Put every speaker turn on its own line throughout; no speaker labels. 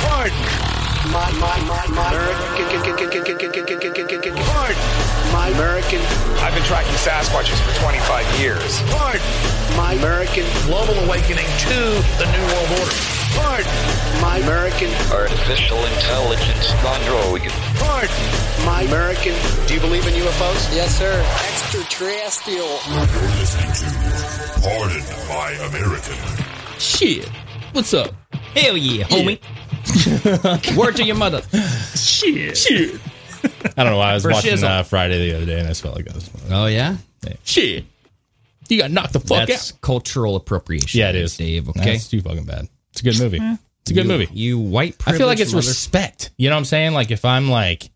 Pardon. My, my, my, my American. Pardon. My American.
I've been tracking Sasquatches for 25 years.
Pardon. My American.
Global awakening to the New World Order.
Pardon. My American.
Artificial intelligence android.
Pardon. My American.
Do you believe in UFOs?
Yes, sir. Extraterrestrial.
You're listening to Pardon My American.
Shit. What's up?
Hell yeah, homie.
Word to your mother.
Shit.
Shit.
I don't know why I was
For
watching
shizzle.
uh, Friday the other day and I just felt like I was.
Oh yeah.
Shit. You got knocked the fuck
That's
out.
cultural appropriation.
Yeah, it is.
Dave. Okay.
That's too fucking bad. It's a good movie. It's a good
You-
movie.
You white.
I feel like
privileged
it's
mother-
respect. You know what I'm saying? Like if I'm like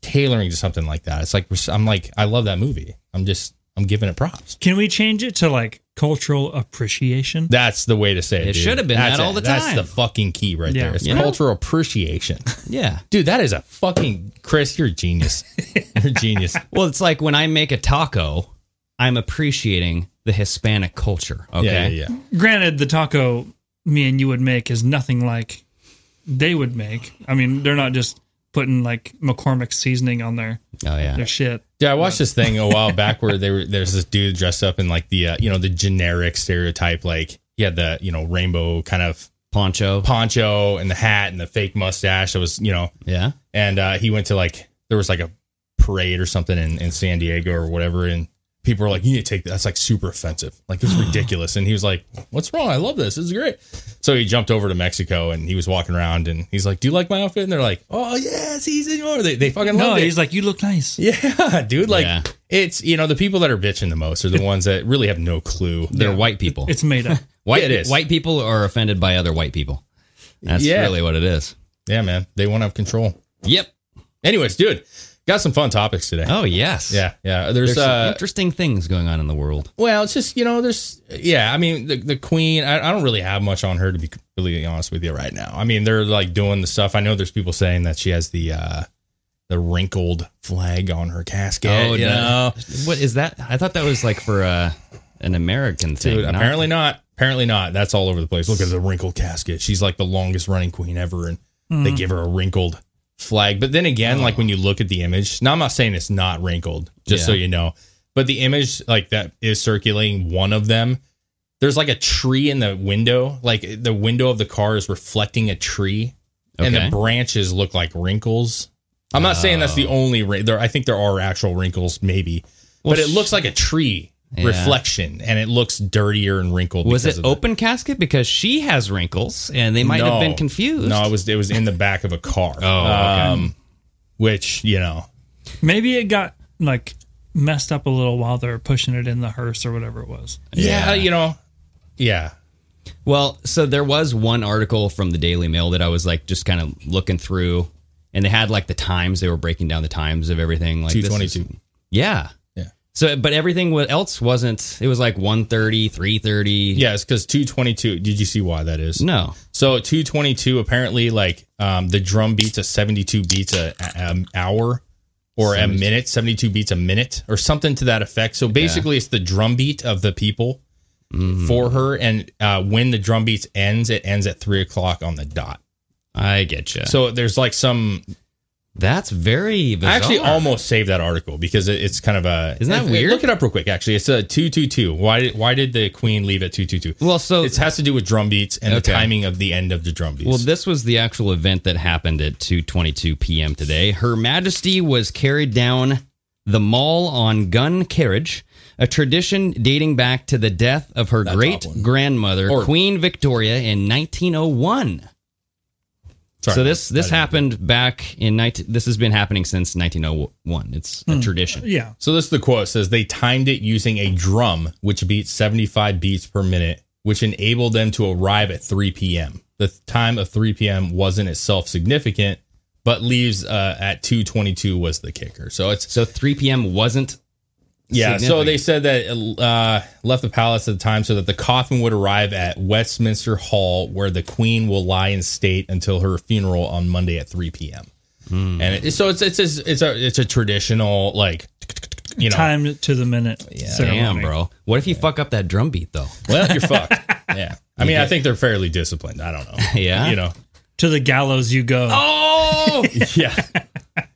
tailoring to something like that, it's like res- I'm like I love that movie. I'm just I'm giving it props.
Can we change it to like cultural appreciation?
That's the way to say it.
It
dude.
should have been
That's
that
it.
all the
That's
time.
the fucking key right
Yeah.
there. It's
You know?
cultural appreciation,
Yeah.
dude. That is a fucking Chris. You're a genius. You're a genius.
Well, it's like when I make a taco, I'm appreciating the Hispanic culture. Okay.
Yeah, yeah, yeah.
Granted, the taco me and you would make is nothing like they would make. I mean, they're not just putting like McCormick seasoning on their
Oh yeah.
their shit.
Yeah, I watched this thing a while back where they were there's this dude dressed up in like the uh, you know the generic stereotype like he had the you know rainbow kind of
Poncho.
poncho and the hat and the fake mustache that was you know
Yeah.
and uh, he went to like there was like a parade or something in, in San Diego or whatever and people were like you need to take that. that's like super offensive like it's ridiculous and he was like what's wrong I love this this is great so he jumped over to Mexico and he was walking around and he's like do you like my outfit and they're like oh yes he's in your they, they fucking
No,
love it
he's like, you look nice.
yeah, dude. Like
Yeah.
it's you know the people that are bitching the most are the ones that really have no clue.
They're white people.
It's made up.
white.
it is.
White people are offended by other white people. That's
Yeah.
really what it is.
Yeah, man, they won't have control.
Yep.
Anyways, dude, got some fun topics today.
Oh yes.
Yeah, yeah. There's,
There's some
uh,
interesting things going on in the world.
well, it's just you know, there's yeah. I mean, the the queen. I, I don't really have much on her to be completely honest with you right now. I mean, they're like doing the stuff. I know there's people saying that she has the uh the wrinkled flag on her casket.
Oh,
you
no.
know?
What is that? I thought that was like for uh, an American thing.
Dude,
not-
apparently not. Apparently not. That's all over the place. Look at the wrinkled casket. She's like the longest running queen ever, and
Hmm.
they give her a wrinkled flag. But then again,
Oh.
like when you look at the image, now I'm not saying it's not wrinkled, just so
Yeah.
you know. But the image like that is circulating. One of them, there's like a tree in the window. Like the window of the car is reflecting a tree, and
Okay.
the branches look like wrinkles. I'm not saying that's the
Oh.
only. wrin- There, I think there are actual wrinkles, maybe. but it
sh-
looks like a tree
Yeah.
reflection and it looks dirtier and wrinkled.
Was
because
it
of the-
open casket because she has wrinkles and they might have
No.
been confused?
No, it was it was in the back of a car. oh, which you know,
Maybe it got like messed up a little while they were pushing it in the hearse or whatever it was.
yeah, you know, yeah,
Well, so there was one article from the Daily Mail that I was like just kind of looking through, and they had like the times they were breaking down the times of everything. Like
two
this is-
twenty two.
Yeah.
Yeah.
So, but everything wa- else wasn't. It was like 130, 330.
Yeah, it's because 222. Did you see why that is?
No.
So at 222, apparently, like um, the drum beats at 72 beats a, a- an hour or a
72.
minute, 72 beats a minute or something to that effect. So basically, it's the drum beat of the people
Mm-hmm.
for her. And uh, when the drum beats ends, it ends at three o'clock on the dot.
I get you.
So there's like some.
That's very.
I actually
bizarre.
almost saved that article because it, it's kind of a.
Isn't that
if- if-
weird?
Look it up real quick. Actually, it's a two two two. Why did why did the Queen leave at two two two?
Well, so
it has to do with drum beats and
Oh. Okay.
the timing of the end of the drum beats.
Well, this was the actual event that happened at 2:22 p.m. today. Her Majesty was carried down the mall on gun carriage, a tradition dating back to the death of her great grandmother,
Or-
Queen Victoria, in 1901.
Sorry,
so this
I
this
didn't-
happened back in 19. This has been happening since 1901. It's a tradition.
Yeah.
So this is the quote It says they timed it using a drum which beats 75 beats per minute, which enabled them to arrive at 3 p.m. The th- time of 3 p.m. wasn't itself significant, but leaves uh, at 2:22 was the kicker. So it's
So 3 p.m. wasn't.
yeah. So
significant.
they said that it, uh, left the palace at the time so that the coffin would arrive at Westminster Hall, where the Queen will lie in state until her funeral on Monday at 3 p.m. And it, so it's it's it's it's a it's a traditional like you know
Time to the minute.
Oh, Damn,
ceremony.
bro. What if you fuck up that drum beat though?
Well, you're fucked. Yeah. I mean, I think they're fairly disciplined. I don't know.
Yeah?
You know.
To the gallows you go.
Oh,
Yeah.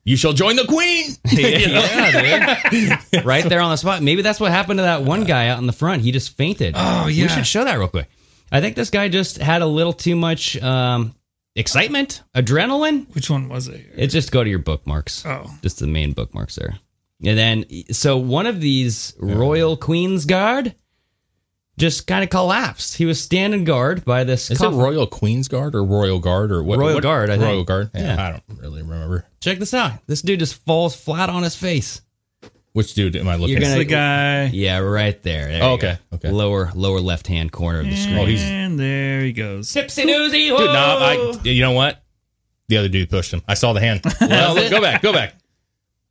you shall join the queen. You know?
yeah, dude. right there on the spot. Maybe that's what happened to that one guy out in the front. He just fainted.
Oh, yeah.
We should show that real quick. I think this guy just had a little too much um, excitement, adrenaline.
Which one was it?
It's just go to your bookmarks.
Oh.
Just the main bookmarks there. And then, so one of these royal queens guard just kind of collapsed. He was standing guard by this.
Is
coffin.
it Royal Queen's Guard or Royal Guard or what?
Royal
what-
Guard, I think.
Royal Guard. Yeah,
Yeah.
I don't really remember.
Check this out. This dude just falls flat on his face.
Which dude am I looking
You're
at?
gonna-
It's the guy.
Yeah, right there. There
Oh,
you
okay,
go.
okay.
Lower lower left hand corner of the screen.
Oh, he's-
And there he goes.
Tipsy newsy.
Dude, no, I, you know what? The other dude pushed him. I saw the hand. No, look, go back. Go back.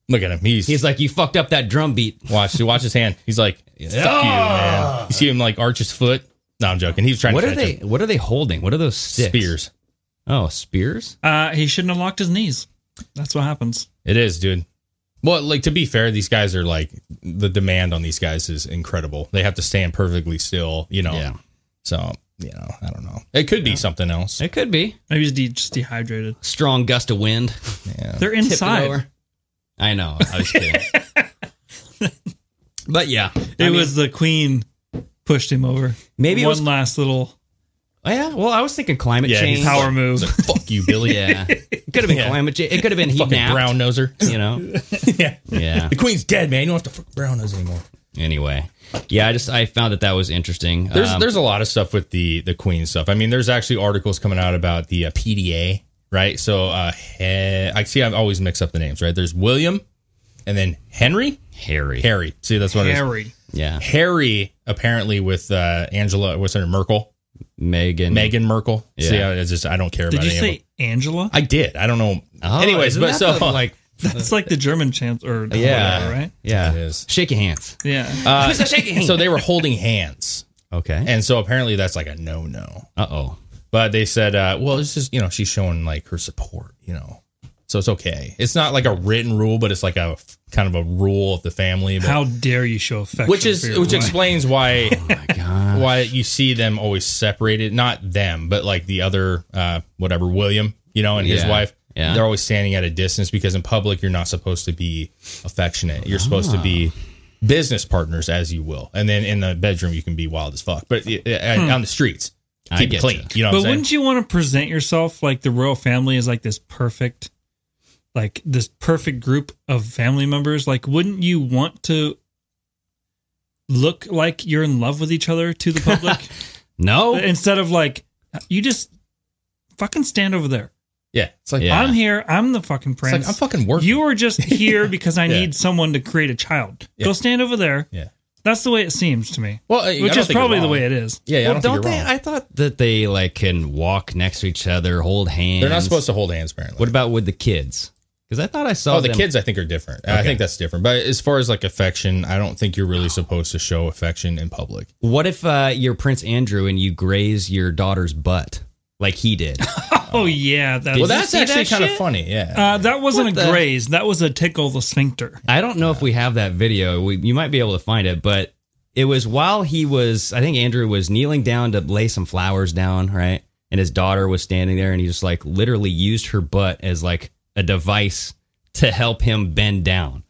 Look at him. He's,
He's like, you fucked up that drum beat.
watch, watch his hand. He's like, fuck you, man. You see him like arch his foot? No, I'm joking. He was trying
What
to
are
catch
they?
him.
What are they holding? What are those sticks?
Spears.
Oh, spears.
Uh, he shouldn't have locked his knees. That's what happens.
It is, dude. Well, like to be fair, these guys are like the demand on these guys is incredible. They have to stand perfectly still, you know.
Yeah.
So, you know, I don't know. It could be something else.
It could be
Maybe he's de- just dehydrated.
strong gust of wind.
Yeah.
They're
Tipped it
inside.
over. I know. I was kidding. but yeah,
It was the queen pushed him over.
Maybe it
one
was-
last little
yeah. Well, I was thinking climate
Yeah,
change.
he's-
power move.
It's like, fuck you, Billy.
Yeah, it could have been
Yeah.
climate change. It could have been heat
Fucking
napped.
brown noser.
You know.
yeah.
Yeah.
The queen's dead, man. You don't have to fuck brown nose anymore.
Anyway. Yeah, I just I found that that was interesting.
There's
Um,
there's a lot of stuff with the the queen stuff. I mean, there's actually articles coming out about the uh, PDA, right? So, uh he- I see I always mix up the names, right? There's William and then Henry,
Harry.
Harry. See, that's what it is.
Harry.
Yeah.
Harry apparently with uh, Angela, what's her name, Merkel,
Megan.
Megan Merkel.
Mm. Yeah.
See, I, it's just I don't care
Did
about
you
any of
say
them.
Angela?
I did. I don't know.
Oh,
Anyways,
isn't
but
that
so
the, like
That's like the German champ or
Yeah.
whatever, right?
yeah,
It is.
Shake your hands.
Yeah.
uh, so they were holding hands,
Okay.
and so apparently that's like a no no.
Uh oh.
But they said, uh, well, it's just you know she's showing like her support, you know, so it's okay. It's not like a written rule, but it's like a f- kind of a rule of the family. But,
How dare you show affection?
which
for
is
your
which
wife.
explains why
Oh My God.
why you see them always separated not them but like the other uh whatever william you know and his
Yeah,
wife
yeah.
they're always standing at a distance because in public you're not supposed to be affectionate you're supposed to
Ah.
be business partners as you will and then in the bedroom you can be wild as fuck but uh, uh, on the streets
Hmm. I
keep it
get
clean
ya.
you, know
But
what i'm
wouldn't
saying
you want to present yourself like the royal family is like this perfect, like this perfect group of family members? Like, wouldn't you want to look like you're in love with each other to the public
Oh.
No.
instead of like you just fucking stand over there?
yeah it's like
Yeah.
I'm here. I'm the fucking
it's
prince.
like i'm fucking working
You are just here because I
Yeah.
need someone to create a child. Go
Yeah.
stand over there.
yeah
That's the way it seems to me.
well uh, I
Which
don't
is
think you're
probably the
wrong.
way it is.
yeah, yeah
well,
I don't,
don't,
think
they?
you're wrong.
I thought that they like can walk next to each other, hold hands.
they're not supposed to hold hands apparently
What about with the kids? Because I thought I saw
oh, the
them-
kids I think are different. I
Okay.
think that's different. But as far as like affection, I don't think you're really supposed to show affection in public.
What if uh, you're Prince Andrew and you graze your daughter's butt like he did?
Oh yeah, that,
Well, that's actually kinda
shit?
funny, yeah.
uh, that wasn't
What
a
the-
graze. That was a tickle the sphincter.
I don't know if we have that video. We, you might be able to find it, but it was while he was, I think Andrew was kneeling down to lay some flowers down, right? And his daughter was standing there and he just like literally used her butt as like a device to help him bend down.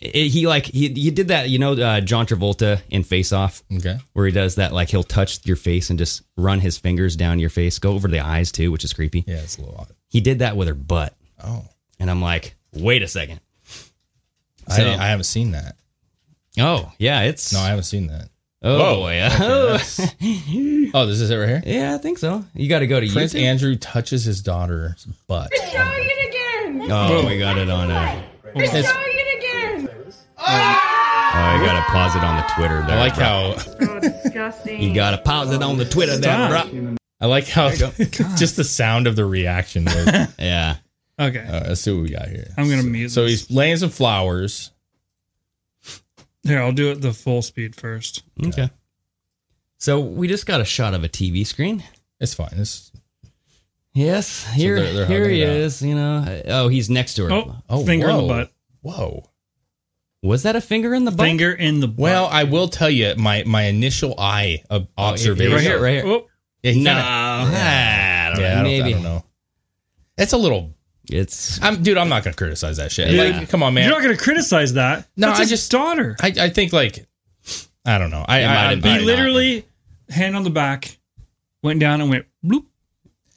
It- he like, he, he did that, you know, uh, John Travolta in Face Off.
Okay.
Where he does that, like he'll touch your face and just run his fingers down your face, go over the eyes too, which is creepy.
Yeah, it's a little odd.
He did that with her butt.
Oh.
And I'm like, wait a second.
I,
So-
I haven't seen that.
Oh, yeah, it's
No, I haven't seen that.
Oh,
Whoa.
yeah.
Okay, that's- oh, this is it right here.
Yeah, I think so. You got to go to
Prince
YouTube.
Andrew touches his daughter's butt.
it again.
Oh, we got it on a.
It's-
it again.
Oh, I got to pause it on the Twitter. There,
I like
bro.
how
Disgusting.
you got to pause it on the Twitter. There,
Stop.
bro.
I like how just the sound of the reaction was.
yeah.
Okay.
Uh, let's see what we got here.
I'm gonna
so,
mute
So
this.
he's laying some flowers.
Here, I'll do it the full speed first.
Okay. So we just got a shot of a TV screen.
It's fine. It's
Yes, here,
they're- they're
here
hugging
he
it out.
is. You know. Oh, he's next to her.
Oh, finger in the butt.
Whoa.
Was that a finger in the butt?
Finger in the butt.
Well, I will tell you my my initial eye of observation.
Right here, right here.
Oh,
Yeah, he
no,
kinda-
I don't know.
yeah, I don't- I
Maybe
don't know. It's a little.
it's.
I'm dude. I'm not gonna criticize that shit.
Dude.
Like, come on, man.
you're not going to criticize that.
No,
That's
I
his
just-
daughter.
I, I think like I don't know. I,
It might
I,
have
I,
been.
I,
He literally hand on the back, went down and went bloop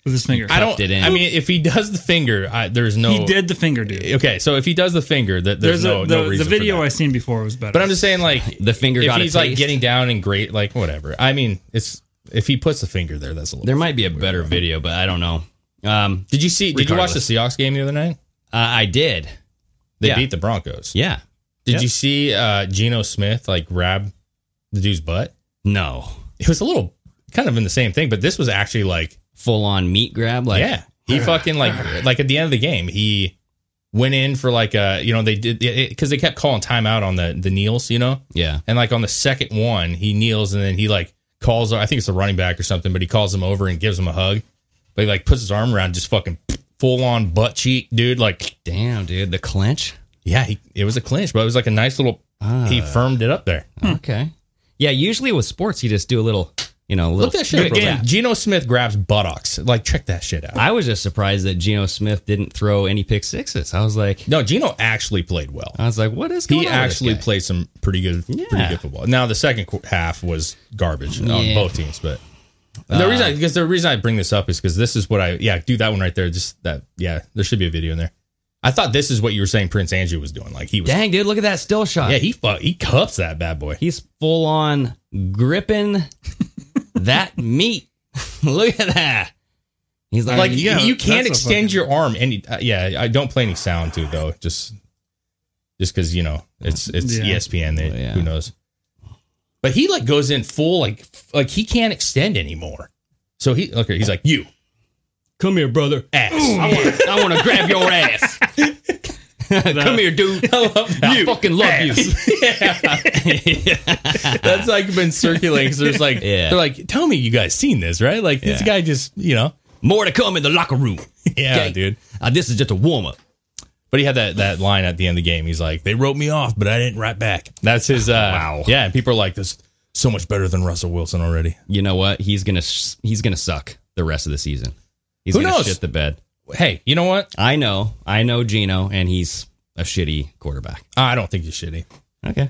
with his finger.
I don't.
tucked it in.
I mean, if he does the finger, I, there's no.
He did the finger, dude.
Okay, so if he does the finger, that there's,
There's,
no,
a, the,
no reason.
the
for
video
that.
I seen before was better.
But I'm just saying, like
The finger
If
got a
he's like
taste.
getting down and great, like whatever. I mean, it's if he puts the finger there, that's a little.
There might be a better video, but I don't know. Um,
Did you see? Did you watch the
Regardless.
Seahawks game the other night?
uh, I did.
They
Yeah.
beat the Broncos.
Yeah.
Did
Yeah.
you see uh Geno Smith like grab the dude's butt?
No.
It was a little kind of in the same thing, but this was actually like
Full on meat grab. Like.
yeah, he fucking like like at the end of the game, he went in for like a you know they did because they kept calling timeout on the the kneels, you know,
Yeah.
and like on the second one he kneels and then he like calls I think it's the running back or something, but he calls him over and gives him a hug, but he like puts his arm around just fucking full on butt cheek, dude, like
Damn, dude, the clinch.
yeah, he, it was a clinch, but it was like a nice little he firmed it up there.
Okay. Yeah, usually with sports, you just do a little, you know, a little.
Look that shit up.
Yeah.
Again, Geno Smith grabs buttocks. Like, check that shit out.
I was just surprised that Geno Smith didn't throw any pick sixes. I was like,
no, Geno actually played well.
I was like, what is going
He
on with this
actually
guy?
played some pretty good, pretty
Yeah.
good football. Now the second qu- half was garbage on
Yeah. Uh,
both teams, but the reason because the reason I bring this up is because this is what I yeah do that one right there. Just that yeah, there should be a video in there. I thought this is what you were saying Prince Andrew was doing. Like he was
Dang, dude, look at that still shot.
yeah he fuck he cuffs that bad boy.
He's full on gripping that meat. look at that. He's like,
like
yeah,
you
that's
can't
a
extend
fucking-
your arm any uh, yeah i don't play any sound too though just just because you know it's it's E
Yeah.
espn they,
Yeah.
who knows but he like goes in full like f- like he can't extend anymore so he look he's like you
come here, brother.
ass
I want to I wanna grab your ass. come here, dude. I, fucking love you.
that's like been circulating 'cause there's like
Yeah.
they're like tell me you guys seen this right like this
Yeah.
guy just you know
More to come in the locker room.
yeah
Okay.
dude
Uh, this is just a warm up.
But he had that that line at the end of the game. He's like, "They wrote me off, but I didn't write back." That's his. Uh,
Wow.
Yeah, and people are like, "This so much better than Russell Wilson already."
You know what? He's gonna sh- he's gonna suck the rest of the season. He's
Who
gonna
knows?
shit the bed.
Hey, you know what?
I know, I know Gino, and he's a shitty quarterback.
I don't think he's shitty.
Okay.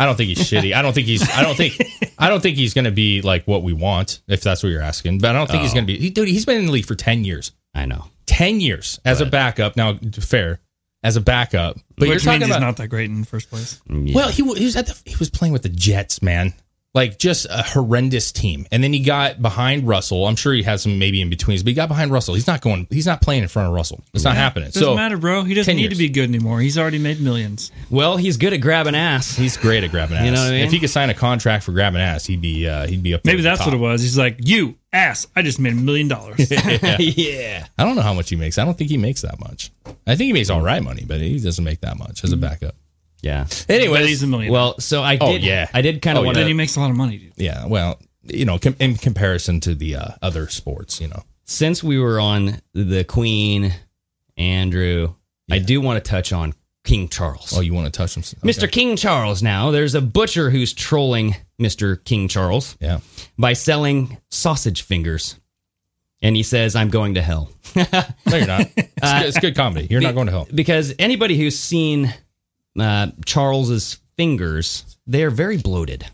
I don't think he's shitty. I don't think he's. I don't think. I don't think he's going to be like what we want, if that's what you're asking. But I don't think he's
Oh.
going to be. He, dude, he's been in the league for ten years.
I know.
Ten years as a
Right.
backup. Now, fair as a backup, but you're
Which means
talking
he's
about
not that great in the first place.
Yeah.
Well, he, wa- he was at the he was playing with the Jets, man. Like just a horrendous team. And then he got behind Russell. I'm sure he had some maybe in betweens, but he got behind Russell. He's not going. He's not playing in front of Russell. It's not happening.
Doesn't
so
matter, bro. He doesn't
10
need to
years.
be good anymore. He's already made millions.
well, he's good at grabbing ass.
he's great at grabbing ass.
You know what I mean?
If he could sign a contract for grabbing ass, he'd be uh, he'd be up.
Maybe that's what it was. He's like, you ass. I just made a million dollars.
yeah. I don't know how much he makes. I don't think he makes that much. I think he makes all right money, but he doesn't make that much
Mm-hmm.
as a backup.
Yeah.
Anyway,
But he's a millionaire.
Well, so I did.
Oh, yeah.
I did kind of
Oh,
want
yeah.
Then he
to.
makes a lot of money, dude.
Yeah. Well, you know, com- in comparison to the uh, other sports, you know.
Since we were on the Queen, Andrew, I do want to touch on King Charles.
Oh, you want to touch him? Okay.
Mr. King Charles now. There's a butcher who's trolling Mr. King Charles
Yeah.
by selling sausage fingers. And he says, I'm going to hell.
No, you're not. It's, good, it's good comedy. You're not going to hell.
Because anybody who's seen uh, Charles's fingers, they are very bloated,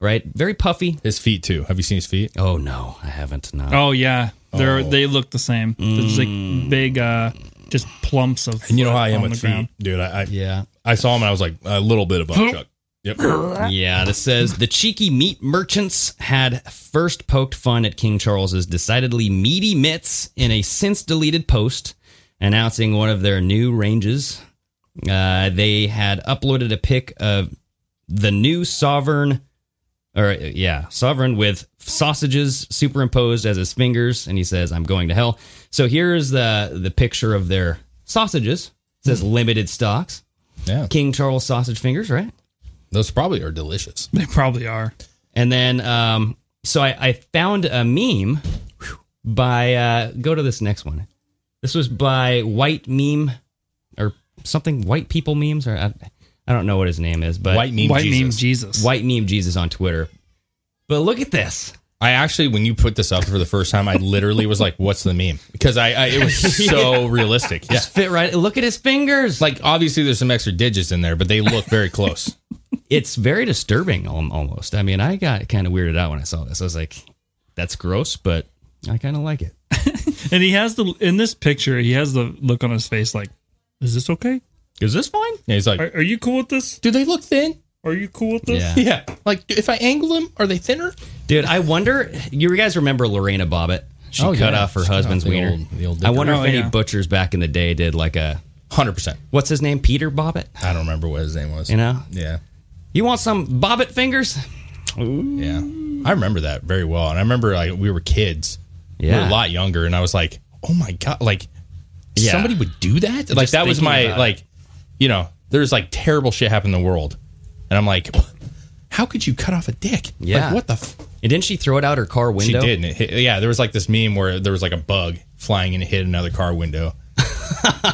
right? Very puffy.
His feet too. Have you seen his feet?
Oh, no, I haven't. No.
Oh yeah, they're
Oh.
they look the same. There's like big, uh, just plumps of.
And you know how I am
on the
with
ground.
feet, dude. I, I
Yeah.
I saw him and I was like a little bit of a chuck. Yep.
Yeah, this says the cheeky meat merchants had first poked fun at King Charles's decidedly meaty mitts in a since deleted post announcing one of their new ranges. Uh, they had uploaded a pic of the new sovereign, or uh, yeah, sovereign with sausages superimposed as his fingers, and he says, "I'm going to hell." So here's the the picture of their sausages. It says limited stocks.
Yeah.
King Charles sausage fingers, right?
Those probably are delicious.
They probably are.
And then, um, so I, I found a meme by, uh, go to this next one. This was by White Meme or something, White People Memes, or I, I don't know what his name is, but
White meme
White
Jesus.
meme Jesus.
White Meme Jesus on Twitter. But look at this.
I actually, when you put this up for the first time, I literally was like, "What's the meme?" Because I, I it was so realistic. Yeah.
Just fit right. Look at his fingers. Like
Like obviously, there's some extra digits in there, but they look very close.
it's very disturbing al- almost. I mean, I got kind of weirded out when I saw this. I was like, that's gross, but I kind of like it.
And he has the in this picture, he has the look on his face like, "Is this okay?
Is this fine?
Yeah, he's like,
Are, are you cool with this?
"Do they look thin?"
Are you cool with this?"
Yeah.
Yeah. Like if I angle them, are they thinner?
Dude, I wonder. You guys remember Lorena Bobbitt? She
Oh,
cut
yeah.
off her
She cut
husband's
off the
wiener.
old- the old
I wonder
dick.
if
Oh,
any
yeah.
butchers back in the day did like a
Hundred percent.
what's his name, Peter Bobbitt.
I don't remember what his name was.
You know?
Yeah.
You want some Bobbitt fingers?
Yeah. I remember that very well. And I remember like we were kids. We were
Yeah.
a lot younger. And I was like, oh my God, like
Yeah.
somebody would do that? Like
Just
that was
thinking
my
about it.
like, you know, there's like terrible shit happen in the world. And I'm like, how could you cut off a dick?
Yeah.
Like, what the f-
And didn't she throw it out her car
She
window?
did. And it hit, yeah, there was like this meme where there was like a bug flying and it hit another car window.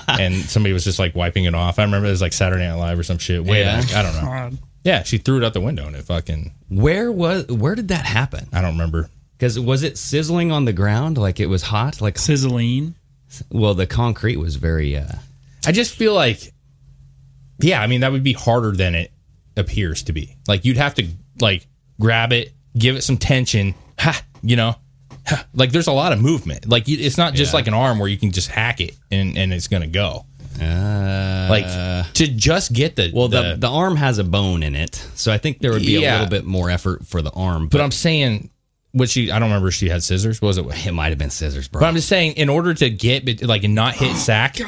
and somebody was just like wiping it off. I remember it was like Saturday Night Live or some shit. Way
Yeah.
back. I don't know.
God.
Yeah, she threw it out the window and it fucking
Where was? Where did that happen?
I don't remember.
Because was it sizzling on the ground? Like it was hot? Like
Sizzling.
well, the concrete was very. uh
I just feel like, yeah, I mean, that would be harder than it appears to be. Like, you'd have to, like, grab it, give it some tension, ha, you know? Ha. Like, there's a lot of movement. Like, you- it's not just
Yeah.
like an arm where you can just hack it and, and it's going to go.
uh,
Like, to just get the.
well, the, the arm has a bone in it, so I think there would be
Yeah.
a little bit more effort for the arm. But,
but I'm saying, what she, I don't remember if she had scissors. What was it? with-
it might have been scissors, bro.
But I'm just saying, in order to get, bet- like, and not
Oh,
hit sack,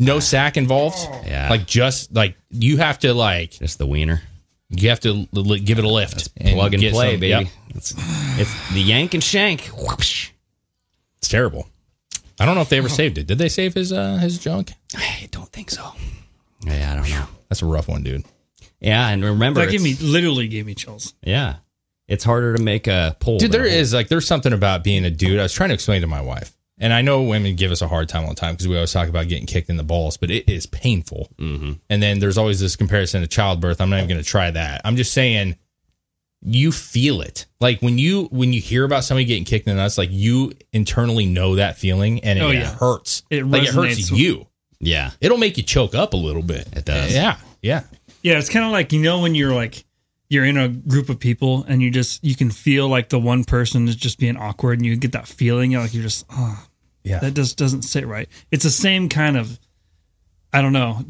no sack involved.
Yeah.
Like, just, like, you have to, like,
Just the wiener.
You have to l- l- give it a lift. and
plug and
get
play,
some-
baby.
yep.
It's, it's the yank and shank. Whoopsh.
It's terrible. I don't know if they ever saved it. Did they save his uh, his junk?
I don't think so. Yeah, I don't know.
That's a rough one, dude.
Yeah, and remember,
That gave me
it's-
literally gave me chills.
yeah, it's harder to make a pole.
Dude,
than
there
a hole.
is like there's something about being a dude. I was trying to explain to my wife, and I know women give us a hard time all the time because we always talk about getting kicked in the balls, but it is painful. And then there's always this comparison to childbirth. I'm not even going to try that. I'm just saying, you feel it like when you when you hear about somebody getting kicked in the nuts, like you internally know that feeling, and it
Oh, yeah.
hurts.
It
like it hurts
resonates with-
you.
Yeah,
It'll make you choke up a little bit.
It does.
Yeah. Yeah.
Yeah, it's kind of like you know when you're like you're in a group of people and you just you can feel like the one person is just being awkward and you get that feeling like you're just oh
Yeah.
that just doesn't sit right. It's the same kind of I don't know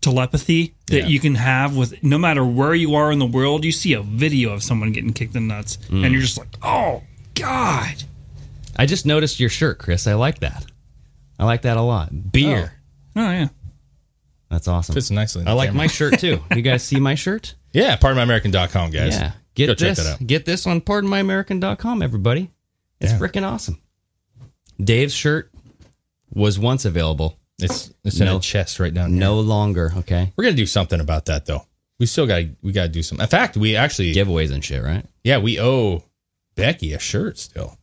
telepathy that
Yeah.
you can have with no matter where you are in the world. You see a video of someone getting kicked in the nuts and you're just like oh god.
I just noticed your shirt, Chris. I like that. I like that a lot. Beer.
Oh yeah,
That's awesome.
Fits nicely. in
I
the
like
camera.
my shirt too. You guys see my shirt?
Yeah, part of my American.com guys.
Yeah. Get
Go
this.
check that out.
Get this on pardonmyamerican.com, everybody. It's freaking awesome. Dave's shirt was once available.
It's it's in a chest right down.
No longer. Okay.
We're gonna do something about that though. We still got to we got to do some. In fact, we actually
giveaways and shit, right?
Yeah, we owe Becky a shirt still.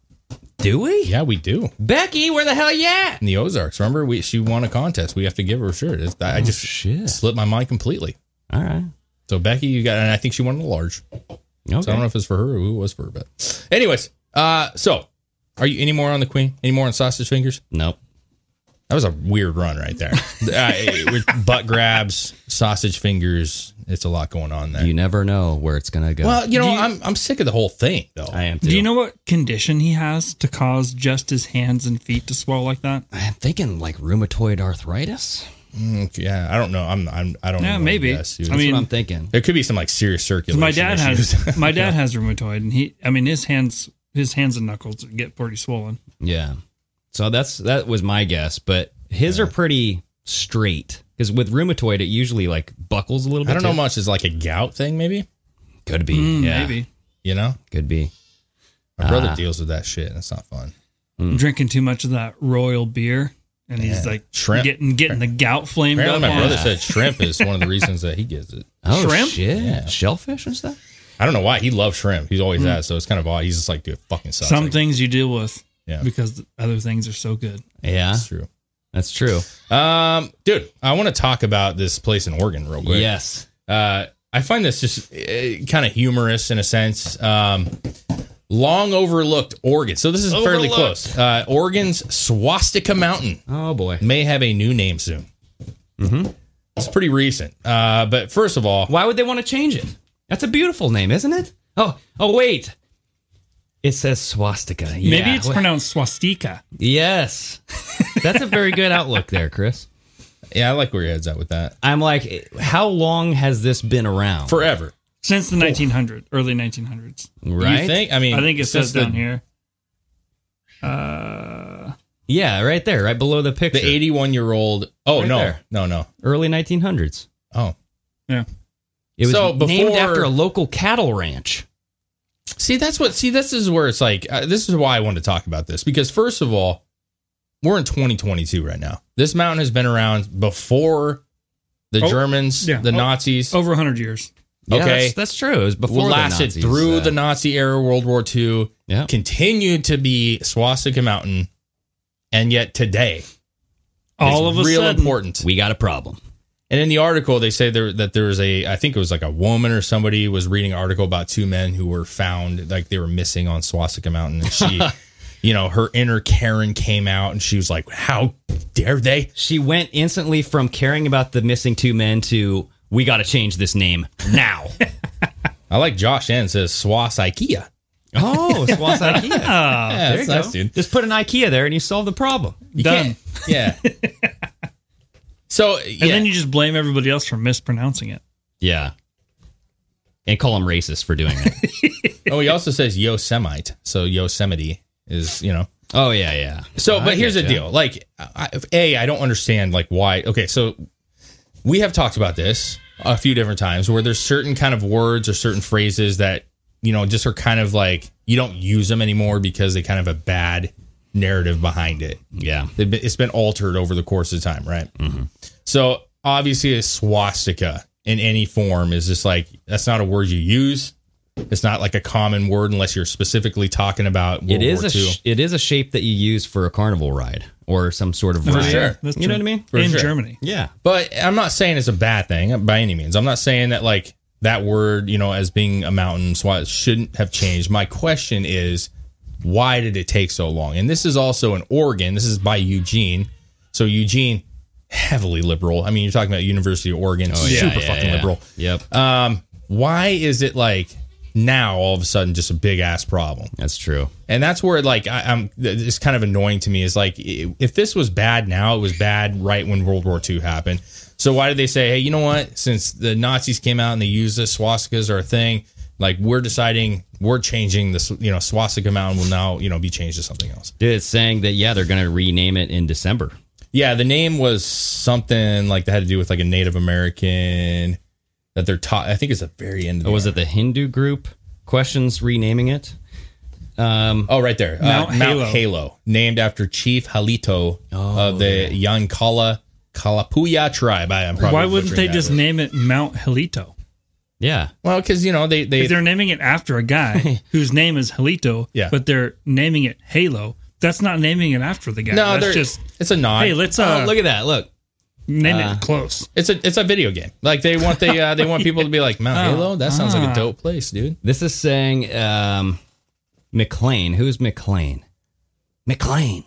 Do we?
Yeah, we do.
Becky, where the hell you at?
In the Ozarks, remember we she won a contest. We have to give her a shirt. It's-
Oh,
I just slipped my mind completely.
All right.
So Becky, you got, and I think she won a large. So I
Okay.
don't know if it's for her or who it was for her, but anyways, uh, so are you any more on the Queen? Any more on sausage fingers?
Nope.
That was a weird run right there. uh, with butt grabs, sausage fingers. It's a lot going on there.
You never know where it's gonna go.
Well, you know, I'm I'm sick of the whole thing though.
I am. Too.
Do you know what condition he has to cause just his hands and feet to swell like that?
I'm thinking like rheumatoid arthritis.
Mm, yeah, I don't know. I'm, I'm I don't.
Yeah,
know
maybe.
Yes, dude.
I mean-
That's what I'm thinking.
there could be some like serious
'Cause
circulation.
my dad
issues.
has my dad has rheumatoid, and he I mean his hands his hands and knuckles get pretty swollen.
Yeah. So that's that was my guess, but his are pretty straight because with rheumatoid it usually like buckles a little bit.
I don't know
too.
much. Is like a gout thing maybe.
Could be.
Mm,
yeah.
Maybe
You know,
Could be.
my brother
Ah.
deals with that shit, and it's not fun.
I'm drinking too much of that royal beer, and he's
Mm. Yeah.
like
Shrimp.
getting getting the gout flamed up.
Apparently, my
on
brother
it.
said shrimp is one of the reasons that he gets it.
Oh
Shrimp?
shit!
Yeah.
Shellfish and stuff.
I don't know why he loves shrimp. He's always
Mm.
has, so it's kind of odd. He's just like, dude, it fucking sucks.
some
Like,
things you deal with
Yeah.
because the other things are so good.
Yeah,
That's true.
that's true.
Um, dude, I want to talk about this place in Oregon real quick.
Yes.
Uh, I find this just uh, kind of humorous in a sense. Um, long overlooked Oregon. So this is fairly
Overlooked.
close. Uh, Oregon's Swastika Mountain
Oh boy.
may have a new name soon.
Mhm.
It's pretty recent. Uh, but first of all,
Why would they want to change it? That's a beautiful name, isn't it? Oh, oh wait. It says swastika.
Maybe
Yeah.
it's pronounced swastika.
Yes. That's a very good outlook there, Chris.
yeah, I like where your head's at with that.
I'm like, how long has this been around?
Forever.
Since the 1900s, early 1900s.
right?
You think? I mean,
I think it
since
says
the-
down here. Uh,
Yeah, right there, right below the picture.
The 81 year old. Oh,
Right
no.
there.
No, no.
early 1900s.
Oh.
yeah.
It was
So
named
before-
after a local cattle ranch.
See, that's what. See, this is where it's like. Uh, this is why I wanted to talk about this because first of all, we're in 2022 right now. This mountain has been around before the
Oh,
Germans,
yeah.
the
Oh,
Nazis.
Over 100 years.
Yeah,
Okay.
that's, that's true. It was before the
lasted
Nazis,
through
uh,
the Nazi era, World War II.
Yeah.
Continued to be Swastika Mountain, and yet today,
All of a
real
sudden.
important.
we got a problem.
And in the article, they say there that there was a, I think it was like a woman or somebody was reading an article about two men who were found like they were missing on Swastika Mountain, and she, you know, her inner Karen came out, and she was like, "How dare they?"
She went instantly from caring about the missing two men to we got to change this name now.
I like Josh N says Swas IKEA.
oh, Swass IKEA.
yeah,
There you
that's
go.
nice, dude.
Just put an IKEA there and you solve the problem.
You
Done.
can't- Yeah. so yeah,
And then you just blame everybody else for mispronouncing it.
Yeah. And call them racist for doing it.
oh, he also says Yosemite, so Yosemite is you know
oh yeah, yeah.
So,
I
but here's the
getcha.
deal. Like, I, a, I don't understand like why. Okay, so we have talked about this a few different times where there's certain kind of words or certain phrases that you know just are kind of like you don't use them anymore because they kind of have a bad narrative behind it.
Yeah.
They've been- It's been altered over the course of time, right?
Mm-hmm.
So obviously, a swastika in any form is just like that's not a word you use. It's not like a common word unless you're specifically talking about World
It is
War
a
II.
sh- it is a shape that you use for a carnival ride or some sort of ride.
sure.
That's
You know
true.
what I mean?
For
In
sure.
Germany.
Yeah.
But I'm not saying it's a bad thing by any means. I'm not saying that like that word, you know, as being a mountain, so it shouldn't have changed. My question is, why did it take so long? And this is also in Oregon. This is by Eugene. So Eugene, heavily liberal. I mean, you're talking about University of Oregon, super
Oh, yeah,
fucking
yeah.
liberal.
Yep.
Um, why is it like now all of a sudden just a big ass problem?
That's true.
And that's where like I, I'm. th- It's kind of annoying to me. Is like i- if this was bad now, it was bad right when World War II happened. So why did they say, hey, you know what? Since the Nazis came out and they used this, swastikas are a thing. Like we're deciding, we're changing this. You know, swastika mountain will now you know be changed to something else.
Dude, it's saying that yeah, they're gonna rename it in December.
Yeah, the name was something like that had to do with like a Native American that
Oh,
they're taught. I think it's the very end. Of
Or
the
was it the Hindu group? Questions renaming it. Um,
oh, right there.
Mount Halo.
named after Chief Halito
Oh,
of the Yankala Kalapuya tribe. I am. probably
Why wouldn't
butchering
they
that,
just
but-
name it Mount Helito?
Yeah.
Well, because you know they they
if they're naming it after a guy whose name is Helito,
Yeah.
but they're naming it Halo. That's not naming it after the guy.
No,
that's
they're-
just
it's a nod. Oh,
Hey, let's uh,
look at that. Look.
name
Uh,
it close.
It's a it's a video game. Like they want they uh, they want people to be like Mount
Oh,
Halo. That sounds like
ah.
a dope place, dude.
This is saying um, McLean. Who's McLean? McLean,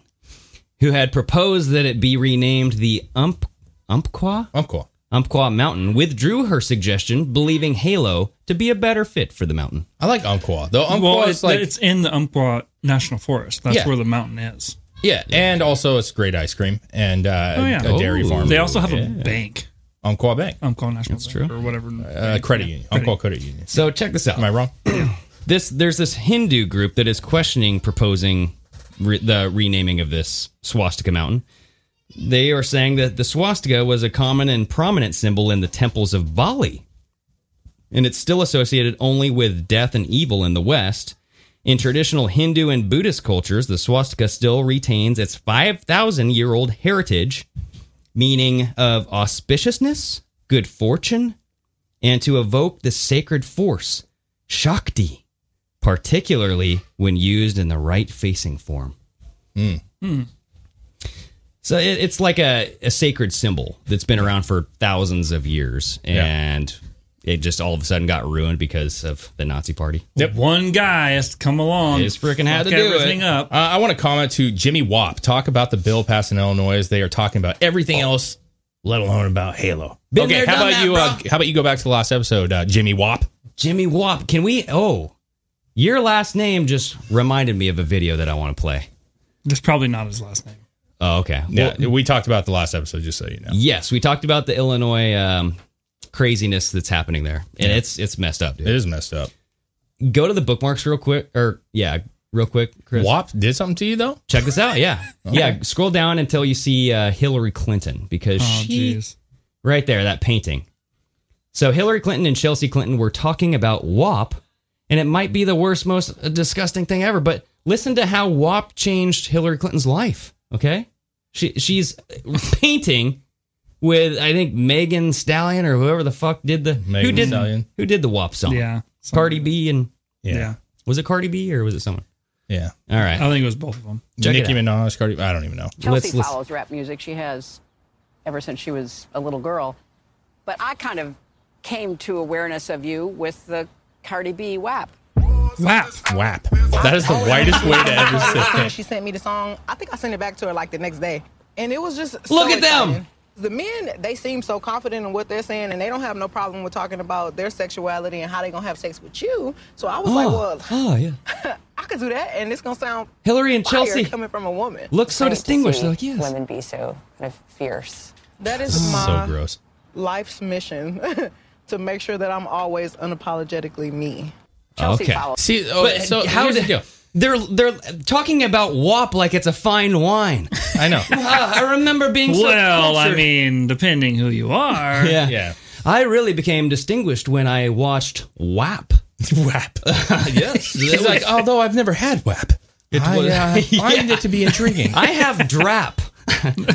who had proposed that it be renamed the Ump Umpqua
Umpqua
Umpqua Mountain, withdrew her suggestion, believing Halo to be a better fit for the mountain.
I like Umpqua though. Umpqua
well,
is
it's,
like
it's in the Umpqua National Forest. That's
Yeah.
where the mountain is.
yeah, and also it's great ice cream and uh,
Oh, yeah.
a dairy farm.
They also have
yeah.
a bank,
Umpqua Bank,
Umpqua National Bank,
true.
or whatever.
uh, credit union, Umpqua credit union.
So check this out.
Am I wrong?
This there's this Hindu group that is questioning proposing re- the renaming of this swastika mountain. They are saying that the swastika was a common and prominent symbol in the temples of Bali, and it's still associated only with death and evil in the West. In traditional Hindu and Buddhist cultures, the swastika still retains its 5,000 year old heritage, meaning of auspiciousness, good fortune, and to evoke the sacred force, Shakti, particularly when used in the right facing form.
Hmm.
Hmm.
So it, it's like a, a sacred symbol that's been around for thousands of years.
Yeah.
And it just all of a sudden got ruined because of the Nazi party.
Yep.
One guy has to come along.
He's freaking had to
Hmm. fuck
do it.
everything up.
Uh, I want to comment to Jimmy Wop. Talk about the bill passed in Illinois. They are talking about everything else, let alone about Halo.
Been
okay,
there,
how
done
about
that,
you? Uh,
bro.
how about you go back to the last episode, uh, Jimmy Wop?
Jimmy Wop, can we? Oh, your last name just reminded me of a video that I want to play.
That's probably not his last name.
Oh, okay.
Yeah,
Well,
we talked about the last episode, just so you know.
yes, we talked about the Illinois um, craziness that's happening there, and it's it's messed up,
It
dude.
is messed up.
Go to the bookmarks real quick, or yeah, real quick, Chris.
Wop did something to you though?
Check this out. Yeah, yeah. Scroll down until you see uh, Hillary Clinton because
Oh,
she
jeez.
right there, that painting. So Hillary Clinton and Chelsea Clinton were talking about WAP, and it might be the worst, most disgusting thing ever. But listen to how WAP changed Hillary Clinton's life. Okay, she she's painting with I think Megan Stallion or whoever the fuck did the who
Megan
did
Stallion.
who did the WAP song?
Yeah.
Cardi B and
Yeah.
was it Cardi B or was it someone?
Yeah.
All
I
right,
think it was both of them.
Check it
Nicki Minaj, Cardi. I don't even know.
Chelsea
Let's- let's-
follows rap music. She has ever since she was a little girl. But I kind of came to awareness of you with the Cardi B WAP.
Wow.
WAP. That is the whitest way to ever
When
sit
she sent me the song. I think I sent it back to her like the next day, and it was just so
Look at them.
exciting. The men they seem so confident in what they're saying, and they don't have no problem with talking about their sexuality and how they gonna have sex with you. So I was like, well,
oh yeah,
I could do that, and it's gonna sound
Hillary and
fire
Chelsea
coming from a woman.
look so
Great to
distinguished.
see
They're like yes,
Women be so kind of fierce.
That is
there. So
my
gross.
life's mission to make sure that I'm always unapologetically me.
Chelsea
Okay.
follows.
See, oh,
But
so
how
here's the
did
deal.
they're they're talking about WAP like it's a fine wine?
I know.
Ah, I remember being so
Well, I
cultured.
mean, depending who you are.
yeah.
Yeah.
I really became distinguished when I watched WAP.
WAP.
yes,
He's like, although I've never had WAP, it I
was-
uh, find it to be intriguing.
I have drap,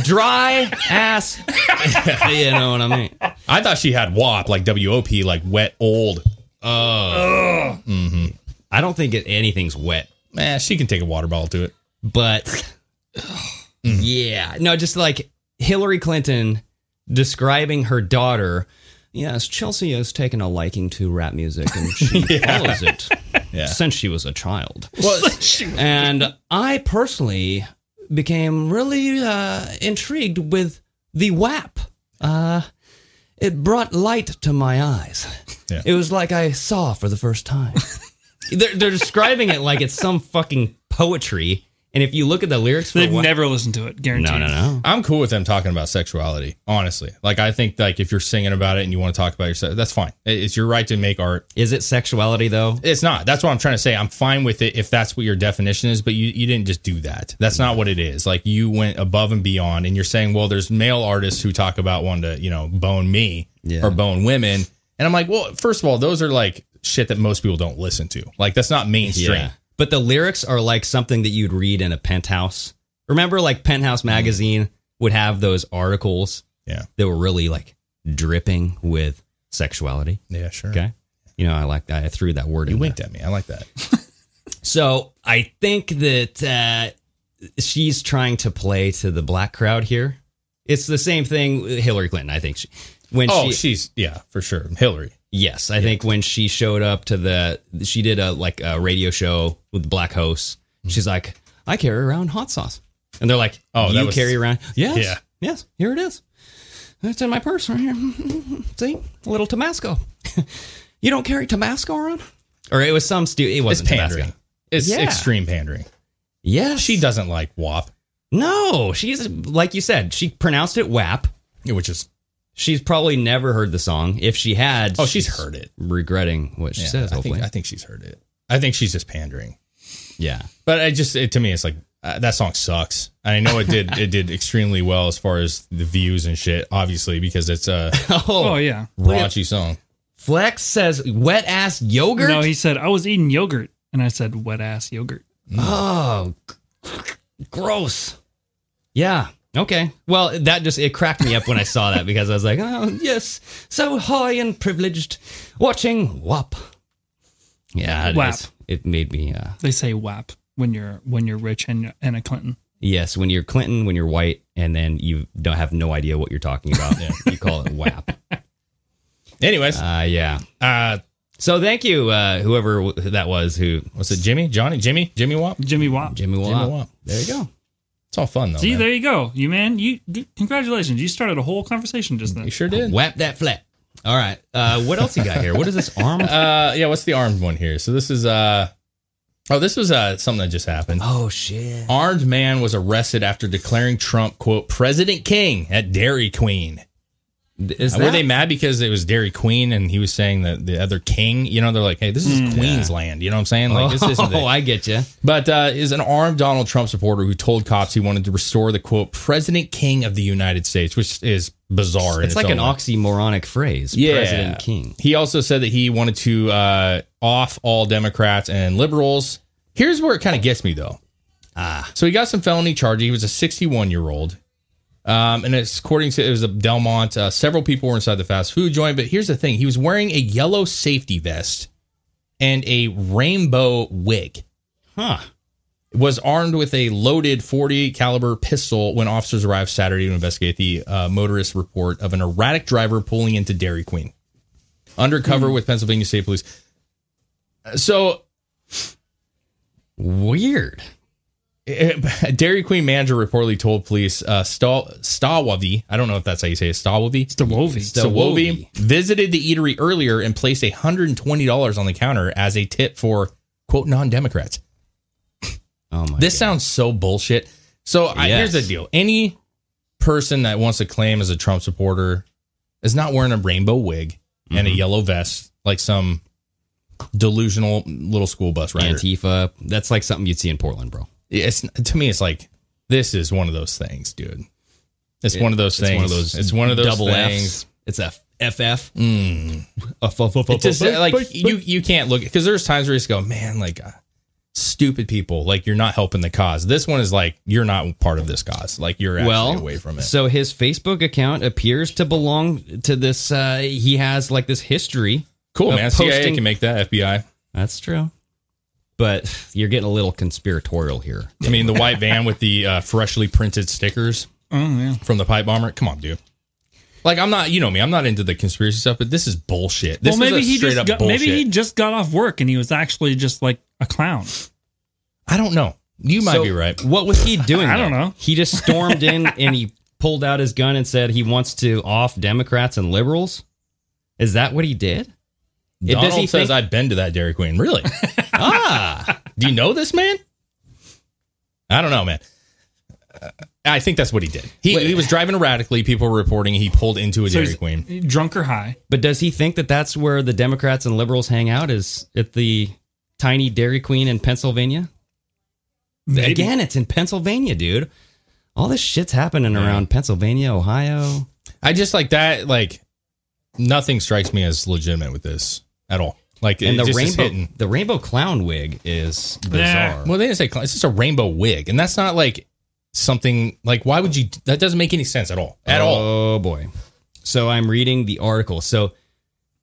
dry ass. you know what I mean?
I thought she had WAP, like W O P, like wet old. Uh,
I don't think it, anything's wet,
Man, she can take a water bottle to it.
but
Mm.
yeah, no, just like Hillary Clinton describing her daughter. Yes, Chelsea has taken a liking to rap music and she follows it
Yeah.
since she was a child.
Well,
and I personally became really uh, intrigued with the WAP. Uh, it brought light to my eyes.
Yeah.
It was like I saw for the first time. they're, they're describing it like it's some fucking poetry. And if you look at the lyrics, for
They've
WAP-
never listened to it, guaranteed.
No, no, no.
I'm cool with them talking about sexuality, honestly. Like, I think like if you're singing about it and you want to talk about yourself, that's fine. It- It's your right to make art.
Is it sexuality though?
It's not. That's what I'm trying to say. I'm fine with it if that's what your definition is, but you, you didn't just do that. That's not what it is. Like you went above and beyond and you're saying, well, there's male artists who talk about wanting to, you know, bone me
Yeah.
or bone women. And I'm like, well, first of all, those are like shit that most people don't listen to. Like that's not mainstream.
Yeah. but the lyrics are like something that you'd read in a penthouse. Remember, like Penthouse magazine would have those articles
Mm-hmm. yeah.
that were really like dripping with sexuality.
Yeah, sure.
Okay. You know, I like that. I threw that word
You
in.
winked at me. I like that.
So I think that uh, she's trying to play to the black crowd here. It's the same thing with Hillary Clinton. I think she, when
oh,
she,
she's yeah, for sure. Hillary.
yes, I think when she showed up to the she did a like a radio show with black hosts.
Mm.
She's like, I carry around hot sauce, and they're like,
Oh,
Oh,
that
you
was-
carry around? Yes,
Yeah.
yes. Here it is. It's in my purse right here. See, a little Tabasco. you don't carry Tabasco around? Or it was some stu. It wasn't
pandering.
Tabasco.
It's
Yeah.
extreme pandering.
Yes.
She doesn't like WAP.
No, she's like you said, she pronounced it WAP,
which is
she's probably never heard the song. If she had,
Oh, she's heard it.
regretting what she
Yeah,
says.
I think
Hopefully,
I think she's heard it. I think she's just pandering.
yeah.
But I just it, to me, it's like uh, that song sucks. I know it did it did extremely well as far as the views and shit, obviously because it's a
Oh, yeah.
raunchy song.
Flex says wet ass yogurt.
No, he said I was eating yogurt, and I said wet ass yogurt.
Oh, gross. Yeah. Okay. Well, that just it cracked me up when I saw that because I was like, oh yes, so high and privileged, watching WAP. Yeah, it
WAP.
is. It made me. Uh,
They say WAP when you're when you're rich and and a Clinton.
Yes, when you're Clinton, when you're white, and then you don't have no idea what you're talking about. You call it WAP.
Anyways,
uh, yeah.
Uh,
so thank you, uh, whoever w- that was. Who
was it? Jimmy, Johnny, Jimmy, Jimmy WAP,
Jimmy WAP,
Jimmy WAP.
Jimmy WAP.
There you go.
It's all fun though.
See,
man.
there you go, you man. You d- congratulations. You started a whole conversation just then. You
sure did.
WAP that flat. All right. Uh, what else you got here? What is this arm?
Uh, yeah, what's the armed one here? So this is uh oh, this was uh something that just happened.
Oh shit!
Armed man was arrested after declaring Trump quote President King at Dairy Queen.
Is
Were
that-
they mad because it was Dairy Queen and he was saying that the other king? You know, they're like, hey, this is
Mm.
Queensland. You know what I'm saying? Like, this isn't.
oh,
the-
I get you.
but uh, is an armed Donald Trump supporter who told cops he wanted to restore the quote President King of the United States, which is bizarre. in
It's like
own
an
right.
oxymoronic phrase. President King.
He also said that he wanted to uh, off all Democrats and liberals. Here's where it kind of gets me though. Ah. So he got some felony charges. He was a 61 year old. Um, and it's according to it was a Delmont. Uh, several people were inside the fast food joint. But here's the thing: he was wearing a yellow safety vest and a rainbow wig.
Huh.
Was armed with a loaded 40 caliber pistol when officers arrived Saturday to investigate the uh, motorist report of an erratic driver pulling into Dairy Queen undercover with Pennsylvania State Police. So
weird.
eh, Dairy Queen manager reportedly told police uh, Stal- Stawavi, I don't know if that's how you say it, Stawavi,
Stawovi.
Stawavi visited the eatery earlier and placed $120 on the counter as a tip for quote non Democrats.
Oh my.
This sounds so bullshit. So I, here's the
Yes.
deal any person that wants to claim as a Trump supporter is not wearing a rainbow wig and a
Mm-hmm.
yellow vest like some delusional little school bus rider.
Antifa. That's like something you'd see in Portland, bro.
it's to me it's like this is one of those things dude it's
It-
one of those
it's
things
one of those
it's one of those
double Fs.
things
It's a FF.
Mm.
F- F- F-
It just
F- F-
like
F-
you you can't look because there's times where you just go man like uh, stupid people like you're not helping the cause this one is like you're not part of this cause like you're actually
well,
away from it
So his Facebook account appears to belong to this. Uh, he has like this history.
cool
of
man CIA can make that FBI
That's true. But you're getting a little conspiratorial here.
I mean the white van with the uh, freshly printed stickers
Oh yeah.
from the pipe bomber come on dude like I'm not you know me I'm not into the conspiracy stuff but this is bullshit this
well, maybe
is a
he
straight
just
up
got,
bullshit
maybe he just got off work and he was actually just like a clown.
I don't know you might
So
be right
What was he doing?
I don't
there?
know.
He just stormed in and he pulled out his gun and said he wants to off Democrats and liberals. Is that what he did? It- does
Donald
he
says
think-
I've been to that Dairy Queen. Really? ah, do you know this man? I don't know, man. Uh, I think that's what he did. He, he was driving erratically. People were reporting he pulled into a
So
Dairy
he's
Queen.
Drunk or high?
But does he think that that's where the Democrats and liberals hang out? Is at the tiny Dairy Queen in Pennsylvania?
Maybe.
Again, it's in Pennsylvania, dude. All this shit's happening around Pennsylvania, Ohio.
I just like that. Like nothing strikes me as legitimate with this at all. Like
and
it
the
just is
rainbow
hidden.
the rainbow clown wig is
Nah.
bizarre.
Well, they didn't say clown. It's just a rainbow wig, and that's not like something like why would you? That doesn't make any sense at all. At all.
Oh boy. So I'm reading the article. So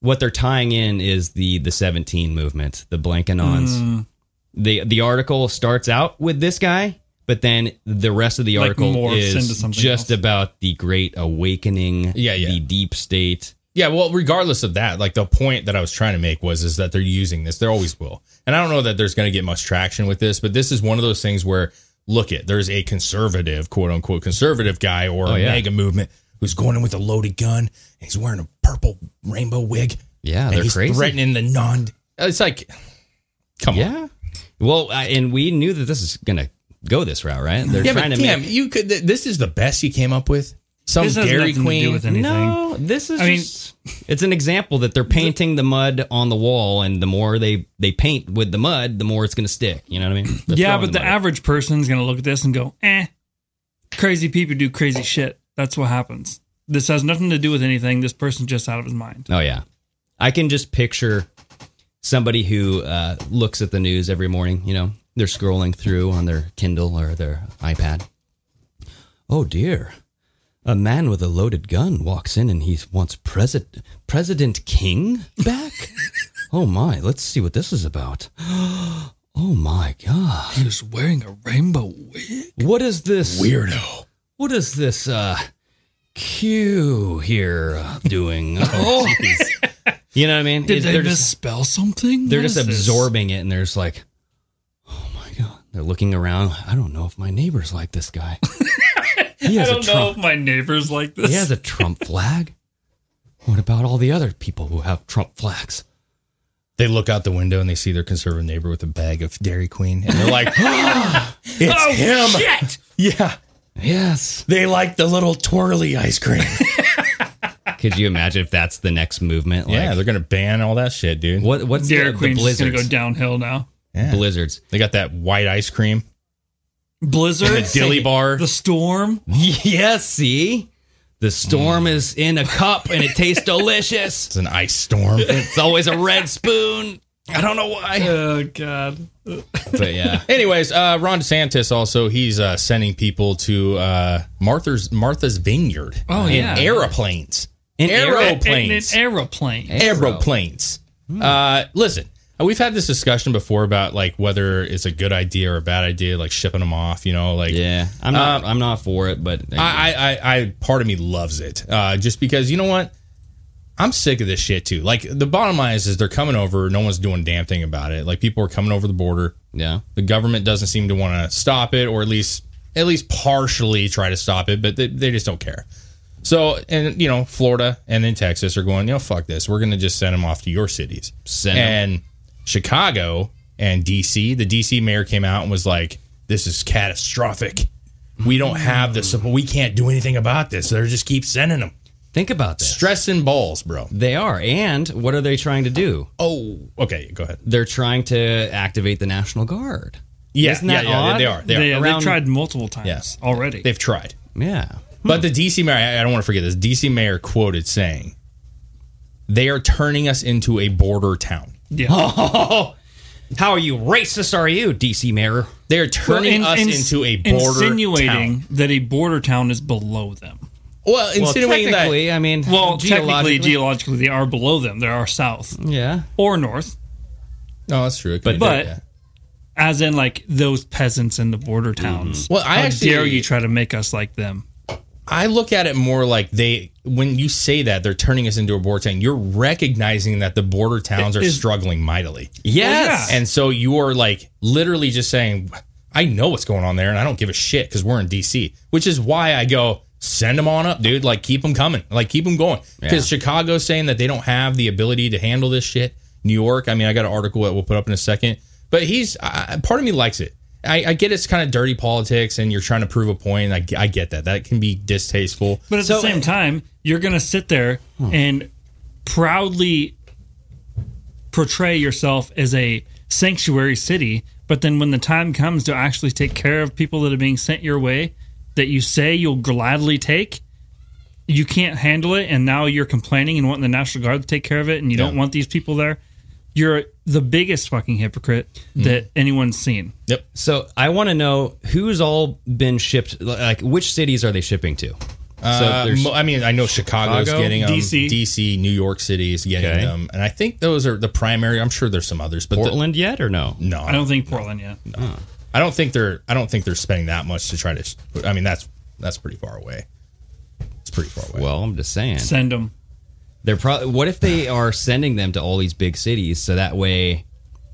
what they're tying in is the the 17 movement, the Blankanons.
Mm.
The the article starts out with this guy, but then the rest of the
Like
article
morphs into
is
something
just about the great awakening,
Yeah, yeah.
the deep state.
Yeah, well, regardless of that, like the point that I was trying to make was is that they're using this. They always will. And I don't know that there's going to get much traction with this, but this is one of those things where look it, there's a conservative, quote unquote conservative guy or
Oh,
a
yeah.
mega movement who's going in with a loaded gun and he's wearing a purple rainbow wig.
Yeah,
and
Oh, they're
he's
crazy.
threatening the non It's like come on.
yeah. Well, I, and we knew that this is going to go this route, right? They're
yeah,
trying
but
to
damn,
make
you could th- this is the best you came up with? Some
This has
Dairy
nothing to do
Queen.
with anything.
No, this is
I mean-
just, it's an example that they're painting the mud on the wall, and the more they they paint with the mud, the more it's going to stick. You know what I mean? They're
yeah, but
throwing
the
mud.
average person's gonna look at this and go, "Eh, crazy people do crazy shit. That's what happens." This has nothing to do with anything. This person's just out of his mind.
oh yeah, I can just picture somebody who uh, looks at the news every morning. You know, they're scrolling through on their Kindle or their iPad. Oh dear, a man with a loaded gun walks in, and he wants President President King back. oh my, let's see what this is about. Oh my god.
He was wearing a rainbow wig.
What is this weirdo? What is this uh Q here uh, doing? oh, you know what I mean?
Did
It-
they
they're just
misspell something?
they're
What
just
is this?
absorbing it, and they're just like, oh my god. They're looking around. I don't know if my neighbors like this guy. He
I
has a
don't know
Trump.
if my neighbors like this.
He has a Trump flag. What about all the other people who have Trump flags?
They look out the window and they see their conservative neighbor with a bag of Dairy Queen, and they're like, "It's
oh
him!"
shit!
Yeah,
Yes.
they like the little twirly ice cream.
Could you imagine if that's the next movement? Like,
yeah, they're gonna ban all that shit, dude.
What what's the,
Dairy
the
Queen's just gonna go
blizzards?
downhill now.
Yeah.
Blizzards.
They got that white ice cream,
Blizzard,
the dilly bar.
the storm.
Yes, see? The storm is in a cup and it tastes delicious.
It's an ice storm.
It's always a red spoon. I don't know why.
Oh god.
But yeah.
Anyways, uh, Ron DeSantis also he's uh, sending people to uh, Martha's Martha's Vineyard.
Oh,
in
yeah.
aeroplanes,
In
And
aer-
an
aeroplanes,
aeroplane.
aeroplanes.
Hmm.
Uh, listen, uh, we've had this discussion before about like whether it's a good idea or a bad idea, like shipping them off. You know, like
Yeah. I'm not I'm not for it, but
Uh,
uh,
I, I, I, I part of me loves it uh, just because you know what i'm sick of this shit too like the bottom line is, is they're coming over no one's doing a damn thing about it like people are coming over the border
yeah.
the government doesn't seem to want to stop it or at least at least partially try to stop it but they, they just don't care so and you know florida and then texas are going you know fuck this we're going to just send them off to your cities
Send 'em.
and chicago and dc the dc mayor came out and was like this is catastrophic we don't have the support we can't do anything about this they're just keep sending them
Think about this.
stressing balls bro
They are. And what are they trying to do?
oh okay go ahead
They're trying to activate the National Guard.
yeah
Isn't that
yeah, yeah,
odd?
they are they,
They,
are
have
around-
tried multiple times
Yes.
already.
they've tried
Yeah.
But the DC mayor, I I don't want to forget this. DC mayor quoted saying, "They are turning us into a border town.
yeah.
How are you racist are you, DC Mayor?
They are turning
Well, in-
us
ins-
into a border
insinuating
town."
that a border town is below them.
Well, insinuating
technically, I mean,
Well, technically,
geologically-
geologically, they are below them. They are south
yeah.
or north,
that. No, that's true. It could
But-
but
be, yeah.
as in like those peasants in the border towns.
Mm-hmm. Well, I
How
actually-
dare you try to make us like them?
I look at it more like they. When you say that they're turning us into a border town, you're recognizing that the border towns are
Is-
struggling mightily,
Yes.
yeah.
and so you are like literally just saying, "I know what's going on there, and I don't give a shit because we're in DC," which is why I go. Send them on up, dude. Like, keep them coming. Like, keep them going. Because Chicago's saying that they don't have the ability to handle this shit. New York, I mean, I got an article that we'll put up in a second. But he's, I, I- part of me likes it. I, I get it's kind of dirty politics and you're trying to prove a point. I, g- I get that. That can be distasteful.
But at the same time, you're going to sit there
Hmm.
and proudly portray yourself as a sanctuary city, but then when the time comes to actually take care of people that are being sent your way that you say you'll gladly take, you can't handle it and now you're complaining and wanting the National Guard to take care of it and you don't
Yeah.
want these people there. you're the biggest fucking hypocrite
Hmm.
that anyone's seen.
Yep.
So I want to know who's all been shipped. Like, which cities are they shipping to?
Uh,
there's-
mo- I mean, I know Chicago's
Chicago,
getting them.
DC.
DC. New York City is getting
Okay.
them, and I think those are the primary. I'm sure there's some others, but the-
Portland yet or no?
no,
I don't think Portland yet.
I don't think they're. I don't think they're spending that much to try to. sh- I mean, that's that's pretty far away. It's pretty far away.
Well, I'm just saying.
Send them.
They're probably. What if they are sending them to all these big cities so that way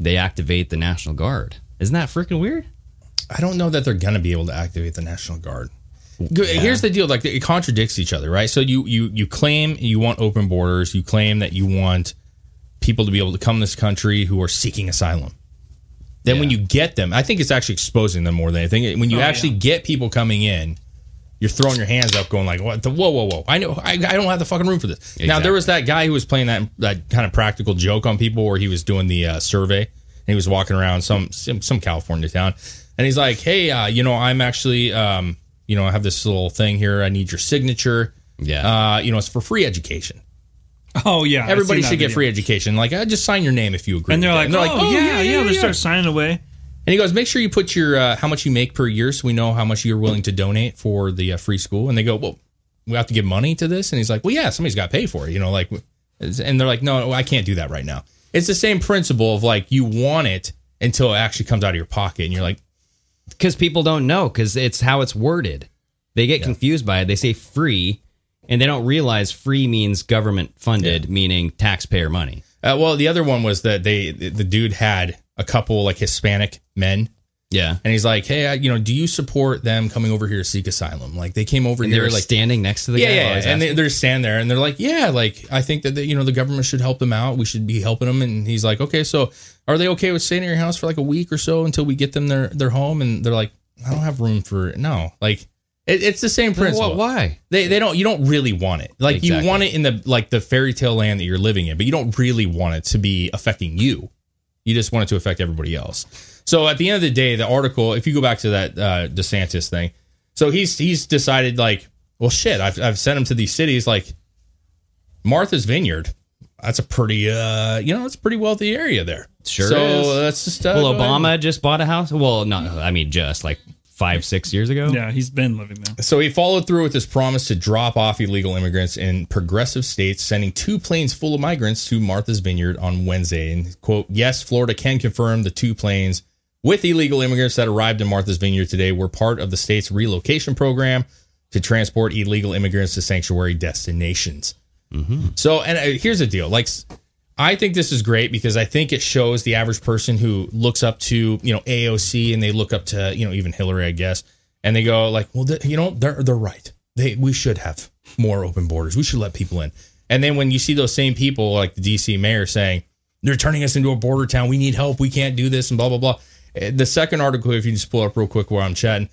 they activate the National Guard? Isn't that freaking weird?
I don't know that they're gonna be able to activate the National Guard. Good. Here's the deal: like it contradicts each other, right? So you you you claim you want open borders, you claim that you want people to be able to come to this country who are seeking asylum. Then when you get them, I think it's actually exposing them more than anything. When you
Oh,
actually get people coming in, you're throwing your hands up, going like, "What? The, whoa, whoa, whoa! I know, I, I don't have the fucking room for this." Now there was that guy who was playing that that kind of practical joke on people, where he was doing the uh, survey and he was walking around some some, some California town, and he's like, "Hey, uh, you know, I'm actually, um, you know, I have this little thing here. I need your signature. Yeah, uh, you know, it's for free education.
Oh yeah, I've seen
Everybody
that
should get
video.
free education. Like, uh, just sign your name if you agree."
And they're
with it."
like, oh, yeah, yeah, They start signing away.
And he goes, make sure you put your uh, how much you make per year, so we know how much you're willing to donate for the uh, free school. And they go, well, we have to give money to this. And he's like, well, yeah, somebody's got to pay for it, you know, like. And they're like, no, I can't do that right now. It's the same principle of like you want it until it actually comes out of your pocket, and you're like,
Because people don't know. Because it's how it's worded. They get confused by it. They say free, and they don't realize free means government funded, meaning taxpayer money.
Uh, well, the other one was that they the dude had a couple like Hispanic men.
Yeah.
And he's like, hey, I, you know, do you support them coming over here to seek asylum? Like they came over
And they
here,
were
like
standing next to the
yeah,
guy.
yeah,
while he's
and they,
asking?
they're standing there and they're like, yeah, like I think that they, you know the government should help them out. We should be helping them. And he's like, okay, so are they okay with staying at your house for like a week or so until we get them their their home? And they're like, I don't have room for no, like. It, it's the same
Then what-
principle.
why?
they they don't? You don't really want it. Like you
Exactly.
want it in the like the fairy tale land that you're living in, but you don't really want it to be affecting you. You just want it to affect everybody else. So at the end of the day, the article, if you go back to that uh, DeSantis thing, so he's he's decided like, well, shit, I've I've sent him to these cities like Martha's Vineyard. That's a pretty uh, you know, it's a pretty wealthy area there.
Sure.
So
is.
that's just uh,
well,
go ahead.
Obama just bought a house. Well, not. I mean, just like five, six years ago.
Yeah, he's been living there.
So he followed through with his promise to drop off illegal immigrants in progressive states, sending two planes full of migrants to Martha's Vineyard on Wednesday. And quote, yes, Florida can confirm the two planes with illegal immigrants that arrived in Martha's Vineyard today were part of the state's relocation program to transport illegal immigrants to sanctuary destinations. So, and uh, here's the deal. Like, s- I think this is great because I think it shows the average person who looks up to you know AOC and they look up to you know even Hillary, I guess, and they go like, well, th- you know, they're they're right. They we should have more open borders. We should let people in. And then when you see those same people like the DC mayor saying they're turning us into a border town, we need help, we can't do this, and blah blah blah. Uh, The second article, if you just pull up real quick while I'm chatting,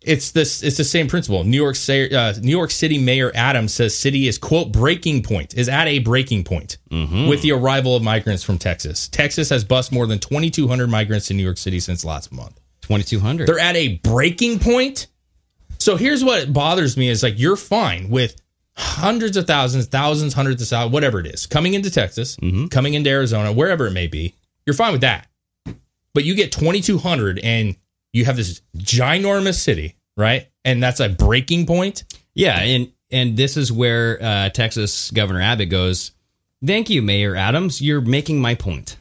it's this it's the same principle. New York Sa- uh, New York City Mayor Adams says city is quote breaking point is at a breaking point with the arrival of migrants from Texas. Texas has bused more than 2200 migrants to New York City since last month.
2200.
They're at a breaking point. So here's what bothers me is like you're fine with hundreds of thousands, thousands, hundreds of thousands, whatever it is, coming into Texas, coming into Arizona, wherever it may be. You're fine with that. But you get 2200 and you have this ginormous city, right? And that's a breaking point.
Yeah, and and this is where uh, Texas Governor Abbott goes. Thank you, Mayor Adams. You're making my point.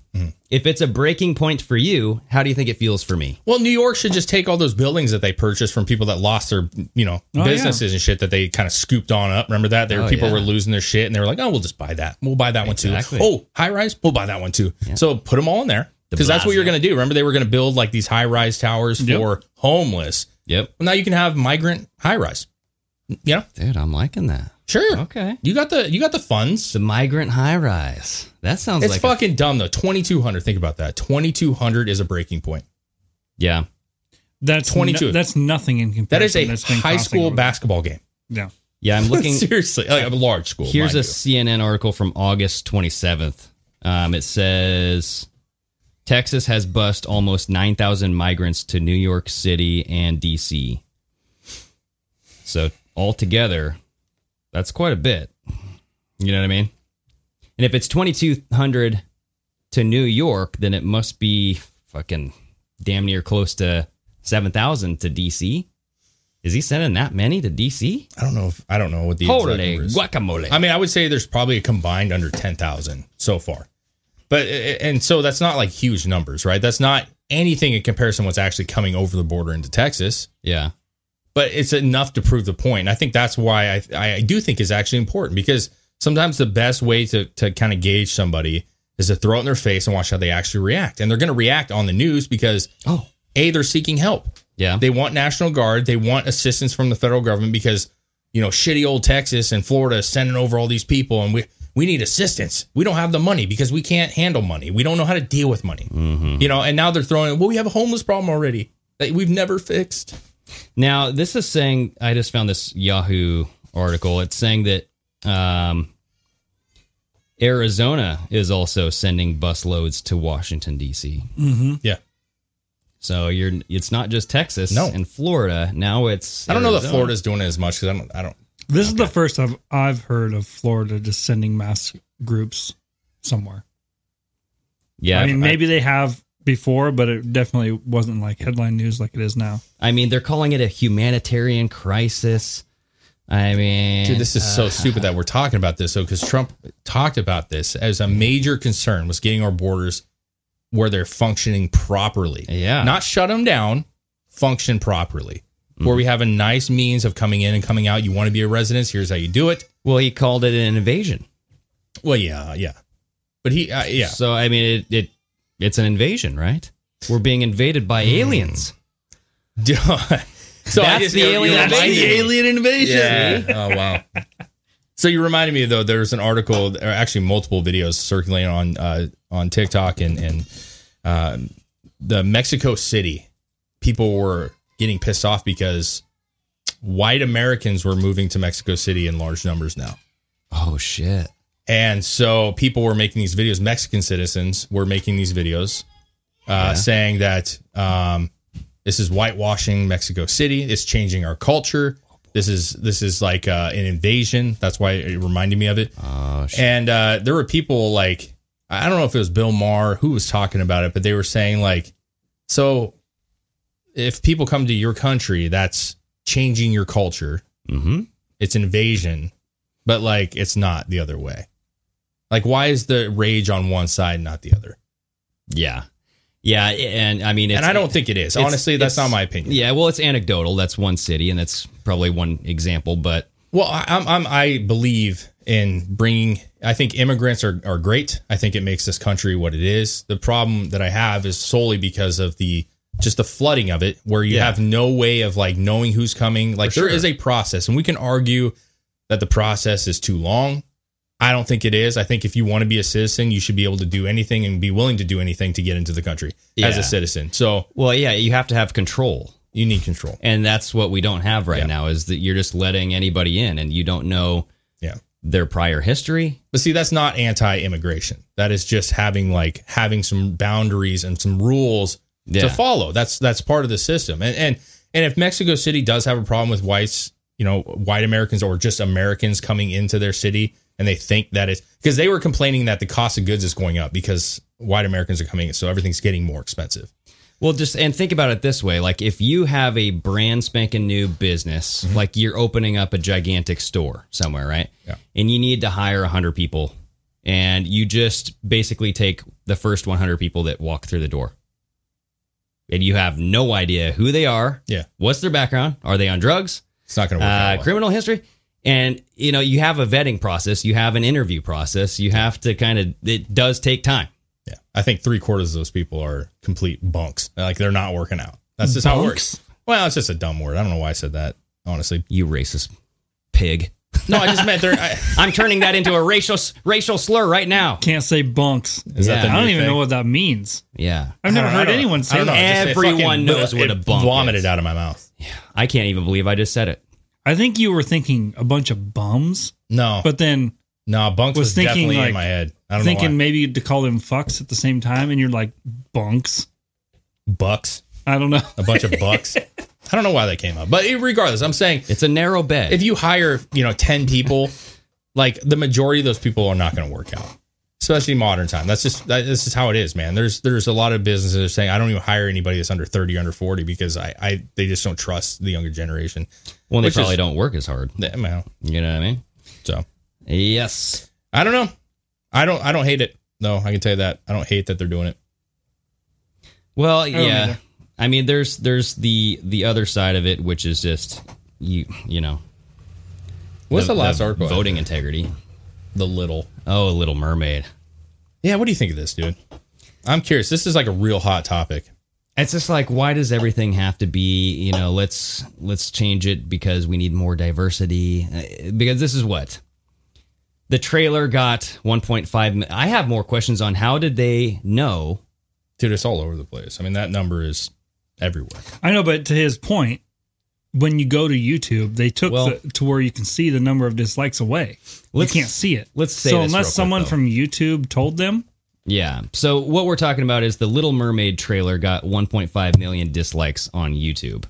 If it's a breaking point for you, how do you think it feels for me?
Well, New York should just take all those buildings that they purchased from people that lost their, you know,
Oh, yeah.
businesses and shit that they kind of scooped on up. Remember that? There
Oh,
people
yeah.
were losing their shit and they were like, "Oh, we'll just buy that. We'll buy that
Exactly.
one too. Oh, high rise, we'll buy that one too." So put them all in there
De
because that's what you're
Blasio.
going to do. Remember they were going to build like these high rise towers
Yep.
for homeless.
Yep.
Well, now you can have migrant high rise. You know,
Dude, I'm liking that.
sure.
Okay.
You got the you got the funds.
The migrant high rise. That sounds
It's
like a-
fucking dumb though. Twenty two hundred. Think about that. Twenty two hundred is a breaking point.
yeah.
That's
22.
No, that's nothing in comparison.
That is a
that's been
high
costing
school
them.
basketball game.
Yeah.
Yeah, I'm looking
seriously like a large school.
Here's a
mind you.
CNN article from August 27th. Um, it says Texas has bussed almost 9,000 migrants to New York City and D.C. So altogether, that's quite a bit. You know what I mean? And if it's 2,200 to New York, then it must be fucking damn near close to 7,000 to DC. Is he sending that many to DC?
I don't know. If, I don't know what the exact
Holy
number is.
guacamole.
I mean, I would say there's probably a combined under 10,000 so far. But and so that's not like huge numbers, right? That's not anything in comparison to what's actually coming over the border into Texas.
Yeah.
But it's enough to prove the point. And I think that's why I I do think is actually important because sometimes the best way to to kind of gauge somebody is to throw it in their face and watch how they actually react. And they're going to react on the news because
oh,
A they're seeking help.
Yeah.
They want National Guard. They want assistance from the federal government because, you know, shitty old Texas and Florida is sending over all these people and we, we need assistance. We don't have the money because we can't handle money. We don't know how to deal with money. You know, and now they're throwing, well, we have a homeless problem already that we've never fixed.
Now, this is saying I just found this Yahoo article. It's saying that um, Arizona is also sending busloads to Washington D.C.
Mm-hmm.
Yeah.
So you're it's not just Texas
No.
and Florida. Now it's
I don't know that
Arizona.
Florida's doing it as much because I don't, I don't,
This is the first I've I've heard of Florida just sending mass groups somewhere.
Yeah,
I mean
I-
maybe they have before, but it definitely wasn't like headline news like it is now.
I mean, they're calling it a humanitarian crisis. I mean,
Dude, this is so
uh,
stupid that we're talking about this. So, because Trump talked about this as a major concern was getting our borders where they're functioning properly.
Yeah.
Not shut them down, function properly. Where we have a nice means of coming in and coming out. You want to be a resident, here's how you do it.
Well, he called it an invasion.
Well, yeah, yeah. But he, uh, yeah.
So I mean, it, it it's an invasion, right? We're being invaded
Hmm.
by aliens.
so
That's the alien invasion.
invasion. Yeah. oh wow. So you reminded me though. There's an article, or actually multiple videos circulating on uh, on TikTok and and um, the Mexico City people were getting pissed off because white Americans were moving to Mexico City in large numbers now.
Oh shit!
And so people were making these videos. Mexican citizens were making these videos uh,
Yeah.
saying that um, this is whitewashing Mexico City. It's changing our culture. This is this is like uh, an invasion. That's why it reminded me of it.
Oh shit!
And uh, there were people like I don't know if it was Bill Maher who was talking about it, but they were saying like, so if people come to your country, that's changing your culture.
Mm-hmm.
It's invasion, but like it's not the other way. Like, why is the rage on one side, not the other?
Yeah, yeah, and I mean, it's,
and I don't think it is.
it's-
Honestly, that's
it's-
not my opinion.
Yeah, well, it's anecdotal. That's one city, and that's probably one example. But
Well, I, I'm, I'm I believe in bringing. I think immigrants are are great. I think it makes this country what it is. The problem that I have is solely because of the just the flooding of it, where you
Yeah.
have no way of like knowing who's coming. Like there
sure.
is a process, and we can argue that the process is too long. I don't think it is. I think if you want to be a citizen, you should be able to do anything and be willing to do anything to get into the country as
Yeah.
a citizen. So
well, yeah, you have to have control,
you need control.
and that's what we don't have right
Yeah.
now. Is that you're just letting anybody in, and you don't know
Yeah.
their prior history.
But see, that's not anti-immigration. That is just having like having some boundaries and some rules
Yeah.
to follow. That's that's part of the system. And and and if Mexico City does have a problem with whites, you know, white Americans or just Americans coming into their city and they think that it's because they were complaining that the cost of goods is going up because white Americans are coming in, so everything's getting more expensive.
Well, just and think about it this way: like if you have a brand spanking new business, like you're opening up a gigantic store somewhere, right?
Mm-hmm. Yeah.
And you need to hire hundred people, and you just basically take the first one hundred people that walk through the door, and you have no idea who they are.
Yeah.
What's their background? Are they on drugs?
It's not gonna work
Uh,
out. well.
criminal history? And you know, you have a vetting process, you have an interview process, you have to kind of. It does take time.
Yeah. I think three quarters of those people are complete bunks. Like they're not working out. That's just how it works. Well, it's just a dumb word. I don't know why I said that, honestly.
You racist pig.
No, I just meant they're I,
I'm turning that into a racial racial slur right now.
Can't say bunks.
Is that
Yeah.
the
I
new
don't even
thing?
know what that means.
Yeah.
I've never
I don't- I
heard
don't-
anyone
I
say
don't know.
that.
Just it
Everyone
fucking-
knows what a
it
bunk
vomited
is.
out of my mouth.
I can't even believe I just said it.
I think you were thinking a bunch of bums,
No,
but then
no, bunks was,
was thinking,
definitely in
like,
my head. I don't
thinking
know
maybe to call them fucks at the same time, and you're like bunks.
why. bucks,
I don't know.
a bunch of bucks. I don't know why they came up, but regardless, I'm saying
It's a narrow bed.
if you hire you know ten people, like the majority of those people are not going to work out. especially modern time. That's just that, this is how it is, man. There's there's a lot of businesses that are saying I don't even hire anybody that's under thirty, under forty because I, I they just don't trust the younger generation.
Well, they
Which
probably
is-
don't work as hard.
Yeah, man.
You know what I mean?
So
yes,
I don't know. I don't I don't hate it though. I can tell you that I don't hate that they're doing it.
Well,
don't
yeah.
either.
I mean, there's there's the the other side of it, which is just you you know.
What's the last article?
Voting integrity.
The little.
Oh, Little Mermaid.
Yeah, what do you think of this, dude? I'm curious. This is like a real hot topic.
It's just like why does everything have to be you know let's let's change it because we need more diversity Uh, because this is what the trailer got 1.5 mi- I have more questions on how did they know
dude it's all over the place I mean that number is everywhere
I know, but to his point, when you go to YouTube, they took
Well-
the, to where you can see the number of dislikes away. You
Let's-
can't see it.
let's say
so
this real
unless
quick,
someone
though.
from YouTube told them,
Yeah. So what we're talking about is the Little Mermaid trailer got 1.5 million dislikes on YouTube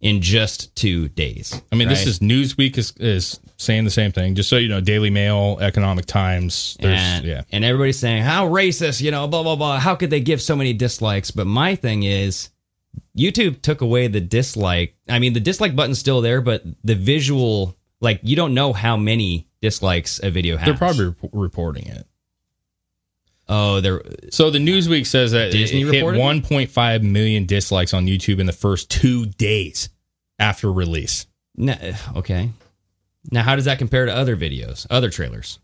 in just two days.
I mean this
right?
is Newsweek is, is saying the same thing just so you know Daily Mail Economic Times there's
and,
yeah
and everybody's saying how racist, you know, blah blah blah. How could they give so many dislikes? But my thing is, YouTube took away the dislike. I mean, the dislike button's still there, but the visual, like, you don't know how many dislikes a video has.
they're probably rep- reporting it
oh they're
so the Newsweek says that
Disney
it hit
reported it?
1.5 million dislikes on YouTube in the first two days after release
Nah, okay. Now, how does that compare to other videos, other trailers?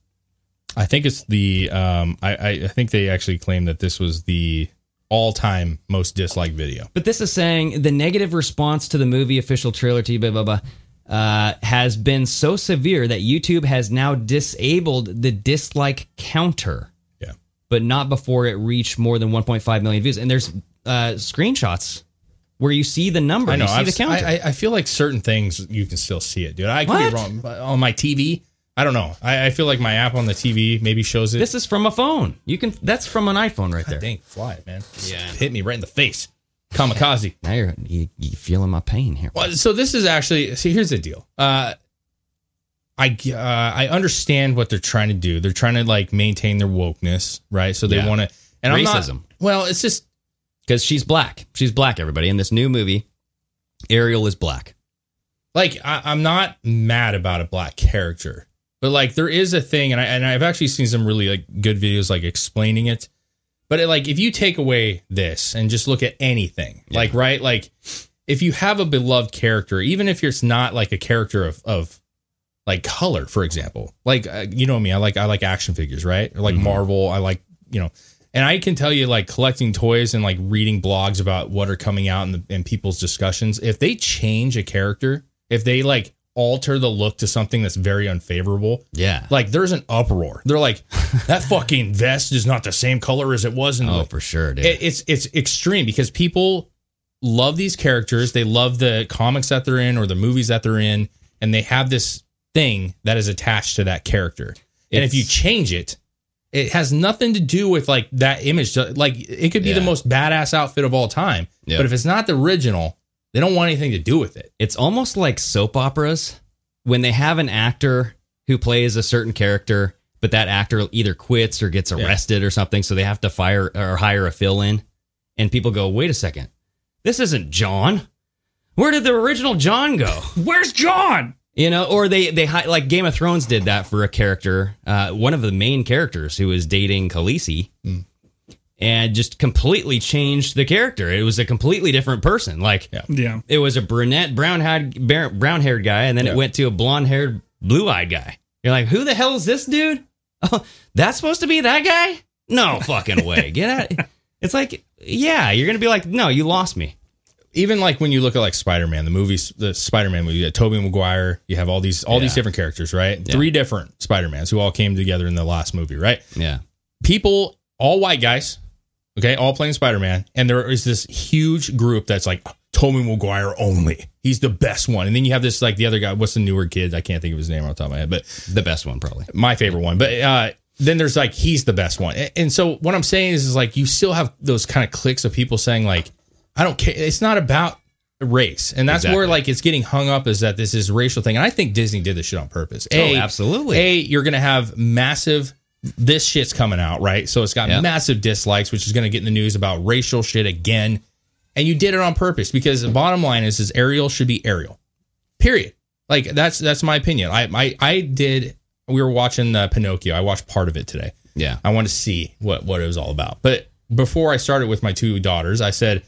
I think it's the um I I, I think they actually claim that this was the all time most disliked video
But this is saying the negative response to the movie official trailer to blah blah blah uh, has been so severe that YouTube has now disabled the dislike counter.
Yeah.
But not before it reached more than 1.5 million views. And there's uh, screenshots where you see the number.
I know.
You see
I've-
the counter.
I, I- I feel like certain things you can still see it, dude. I could
What?
be wrong. But on my TV, I don't know. I, I feel like my app on the TV maybe shows it.
this is from a phone. You can. That's from an iPhone right there.
dang fly, man. Just
Yeah.
hit me right in the face, kamikaze.
Now you're you, you feeling my pain here.
Well, so this is actually see. Here's the deal. Uh, I uh, I understand what they're trying to do. They're trying to like maintain their wokeness, right? So they
Yeah.
want to. And I'm
Racism.
not. Well, it's just
Because she's black. She's black. Everybody in this new movie, Ariel is black.
like I, I'm not mad about a black character, but like there is a thing, and I and I've actually seen some really like good videos like explaining it. But it, like if you take away this and just look at anything, like right, like if you have a beloved character, even if it's not like a character of of like color, for example, like uh, you know me, I like I like action figures, right? Or like Marvel, I like you know. And I can tell you, like collecting toys and like reading blogs about what are coming out in, the, in people's discussions, if they change a character, if they like alter the look to something that's very unfavorable,
Yeah.
like there's an uproar. They're like, that fucking vest is not the same color as it was in the
Oh, for sure, dude.
it, it's it's extreme because people love these characters they love the comics that they're in or the movies that they're in and they have this thing that is attached to that character and if
It's-
you change it it has nothing to do with like that image like it could be the
Yeah.
most badass outfit of all time
Yeah.
but if it's not the original they don't want anything to do with it
it's almost like soap operas when they have an actor who plays a certain character, but that actor either quits or gets arrested or something, so they have to fire or hire a fill in. And people go, wait a second, this isn't John. Where did the original John go?
"Where's John?"
You know, or they they hi- like Game of Thrones did that for a character, uh, one of the main characters who was dating Khaleesi, and just completely changed the character. It was a completely different person. Like
Yeah,
it was a brunette, brown haired, brown haired guy, and then
Yeah.
it went to a blonde haired, blue eyed guy. You're like, who the hell is this dude? Oh, that's supposed to be that guy? No fucking way. Get out. It's like, yeah, you're gonna be like, no, you lost me.
even like when you look at like Spider-Man, the movies, the Spider-Man movie, you got Tobey Maguire, you have all these all these
Yeah.
different characters, right? Three different Spider-Mans who all came together in the last movie, right?
Yeah.
People, all white guys, okay, all playing Spider-Man, and there is this huge group that's like Tobey Maguire only. He's the best one. And then you have this like the other guy, what's the newer kid? I can't think of his name off the top of my head, but
The best one probably.
my favorite one. But uh, then there's like he's the best one. A- And so what I'm saying is, is like you still have those kind of clicks of people saying like, I don't care. It's not about race, and that's
Exactly.
where like it's getting hung up is that this is racial thing. And I think Disney did this shit on purpose.
Oh, absolutely.
A, you're gonna have massive this shit's coming out, right? So it's got
Yeah.
massive dislikes, which is going to get in the news about racial shit again. And you did it on purpose because the bottom line is, is Ariel should be Ariel, period. Like that's that's my opinion. I I, I did. We were watching uh, Pinocchio. I watched part of it today.
Yeah,
I wanted to see what what it was all about. But before I started with my two daughters, I said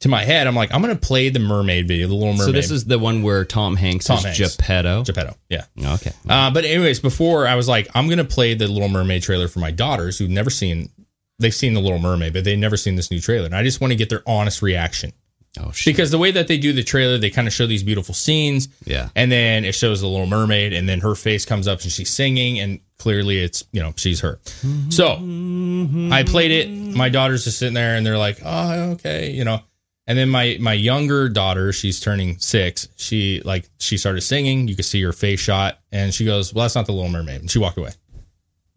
to my head, I'm like, I'm going to play the mermaid video, the Little Mermaid.
So this is the one where Tom Hanks
Tom
is
Hanks.
Geppetto.
Geppetto. Yeah.
Okay.
Uh, but anyways, before I was like, I'm gonna play the Little Mermaid trailer for my daughters who've never seen. They've seen the Little Mermaid, but they've never seen this new trailer, and I just want to get their honest reaction.
Oh
shit! Because the way that they do the trailer, they kind of show these beautiful scenes,
Yeah.
and then it shows the Little Mermaid, and then her face comes up and she's singing, and clearly it's you know she's her. So I played it. My daughter's just sitting there, and they're like, "Oh, okay," you know. And then my my younger daughter, she's turning six. She like she started singing. You could see her face shot, and she goes, "Well, that's not the Little Mermaid," and she walked away.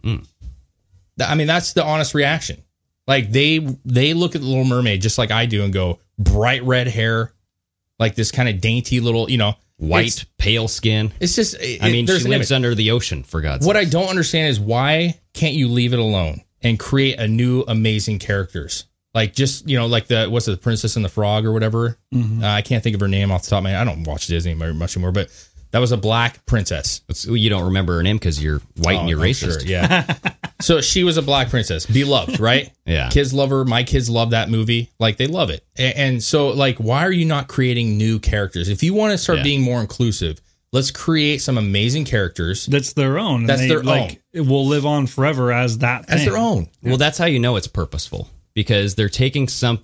Hmm.
Th- I mean, that's the honest reaction. Like they they look at the Little Mermaid just like I do and go, bright red hair, like this kind of dainty little, you know,
White,
It's-
pale skin.
It's just.
I
it-
mean,
there's
she
an
lives
image.
under the ocean. For God's
What I don't understand is why can't you leave it alone and create a new amazing characters? Like just you know, like the what's it, the Princess and the Frog or whatever. Uh, I can't think of her name off the top of my. head. I don't watch Disney very much anymore, but that was a black princess.
you don't remember her name because you're white and you're racist.
Oh, yeah. so she was a black princess, beloved, right?
Yeah.
Kids love her. My kids love that movie. Like they love it. A- And, so, like, why are you not creating new characters? If you want to start being more inclusive, let's create some amazing characters.
That's their own. and
That's
they,
their own.
like, It will live on forever as that.
As
thing.
their own.
Well, that's how you know it's purposeful because they're taking some,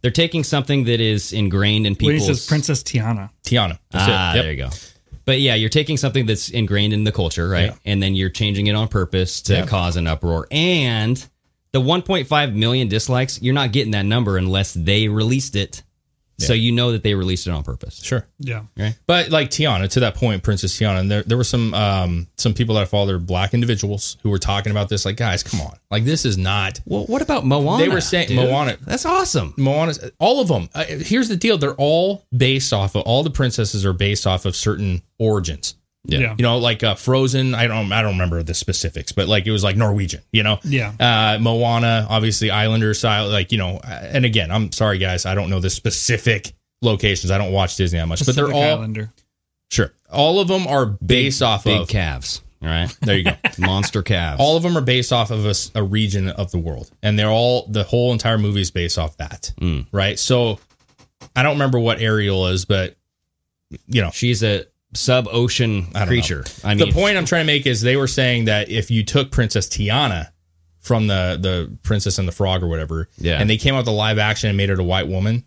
they're taking something that is ingrained in
When he
people's.
says Princess Tiana,
Tiana. That's it.
ah,
Yep.
there you go. But yeah, you're taking something that's ingrained in the culture, right?
Yeah.
And then you're changing it on purpose to
Yeah.
cause an uproar. And the 1.5 million dislikes, you're not getting that number unless they released it. So you know that they released it on purpose.
Sure.
yeah,
But like Tiana, to that point, Princess Tiana, and there there were some um some people that I follow, they're black individuals who were talking about this. Like, guys, come on, like this is not.
Well, what about Moana?
They were saying
dude?
Moana.
That's awesome.
Moana's all of them. Uh, here's the deal: they're all based off of all the princesses are based off of certain origins.
Yeah.
Yeah.
you know, like uh, Frozen. I don't, I don't remember the specifics, but like it was like Norwegian. You know,
Yeah.
Uh, Moana, obviously Islander style. Like you know, uh, and again, I'm sorry guys, I don't know the specific locations. I don't watch Disney that much, but they're
Pacific
all
Islander.
sure. All of them are based off
Big
of
calves. All right.
there you go.
Monster calves.
all of them are based off of a, s- a region of the world and they're all the whole entire movie is based off that
Mm.
right so i don't remember what ariel is but you know
She's a sub ocean
I don't know.
creature. I mean,
the point i'm trying to make is they were saying that if you took princess tiana from the the princess and the frog or whatever
Yeah.
and they came out with the live action and made it a white woman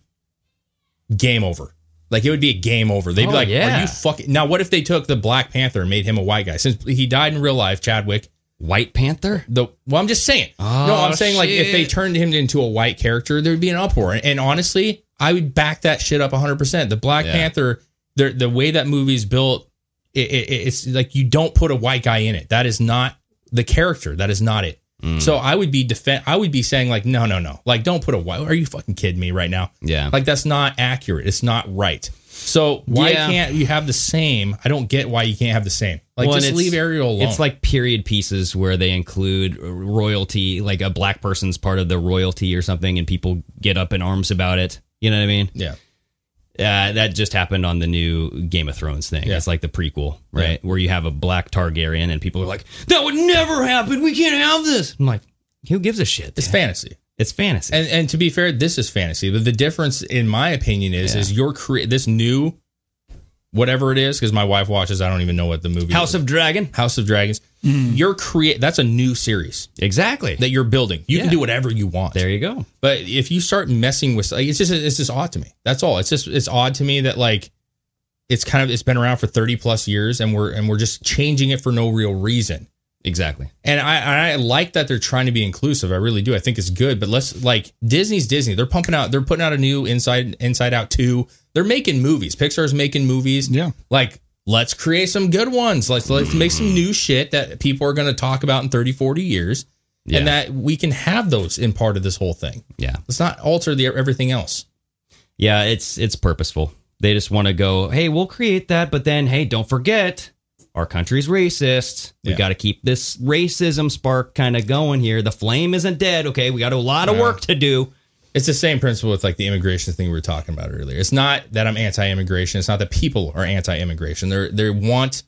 game over like it would be a game over. They'd
Oh,
be like,
yeah.
"Are you fucking now?" What if they took the Black Panther and made him a white guy? Since he died in real life, Chadwick,
White Panther?
the well, I'm just saying. no,
Oh,
I'm saying like if they
shit.
turned him into a white character, there'd be an uproar. And, and honestly, I would back that shit up 100. percent The Black
Yeah.
Panther, the the way that movie's built, it, it, it's like you don't put a white guy in it. That is not the character. That is not it.
Mm.
So I would be defend. I would be saying like, no, no, no. Like, don't put a white. Are you fucking kidding me right now?
Yeah.
Like that's not accurate. It's not right. So why
Yeah.
can't you have the same? I don't get why you can't have the same. Like
Well, and
just
it's-
leave Ariel alone.
It's like period pieces where they include royalty, like a black person's part of the royalty or something, and people get up in arms about it. You know what I mean?
yeah.
Uh, that just happened on the new Game of Thrones thing.
Yeah.
It's like the prequel, right? Where you have a black Targaryen, and people are like, "That would never happen. We can't have this." I'm like, "Who gives a shit?
It's fantasy.
It's fantasy."
And and to be fair, this is fantasy. But the difference, in my opinion, is
Yeah.
is your cre- this new whatever it is because my wife watches. I don't even know what the movie
House
is.
of Dragon.
House of Dragons. You're create. That's a new series
Exactly.
that you're building. You
Yeah.
can do whatever you want.
there you go.
But if you start messing with, like, it's just it's just odd to me. That's all. It's just it's odd to me that like it's kind of it's been around for thirty plus years, and we're and we're just changing it for no real reason.
Exactly.
And I and I like that they're trying to be inclusive. I really do. I think it's good. But let's like Disney's Disney. They're pumping out. They're putting out a new Inside Inside Out two. They're making movies. Pixar's making movies.
Yeah.
Like let's create some good ones. Let's let's make some new shit that people are going to talk about in 30, 40 years,
Yeah.
and that we can have those in part of this whole thing.
Yeah.
Let's not alter the everything else.
Yeah, it's it's purposeful. They just want to go, hey, we'll create that, but then hey, don't forget our country's racist. We
Yeah.
got to keep this racism spark kind of going here. The flame isn't dead. Okay, we got a lot of
Yeah.
work to do.
It's the same principle with like the immigration thing we were talking about earlier. It's not that I'm anti-immigration. It's not that people are anti-immigration. They they want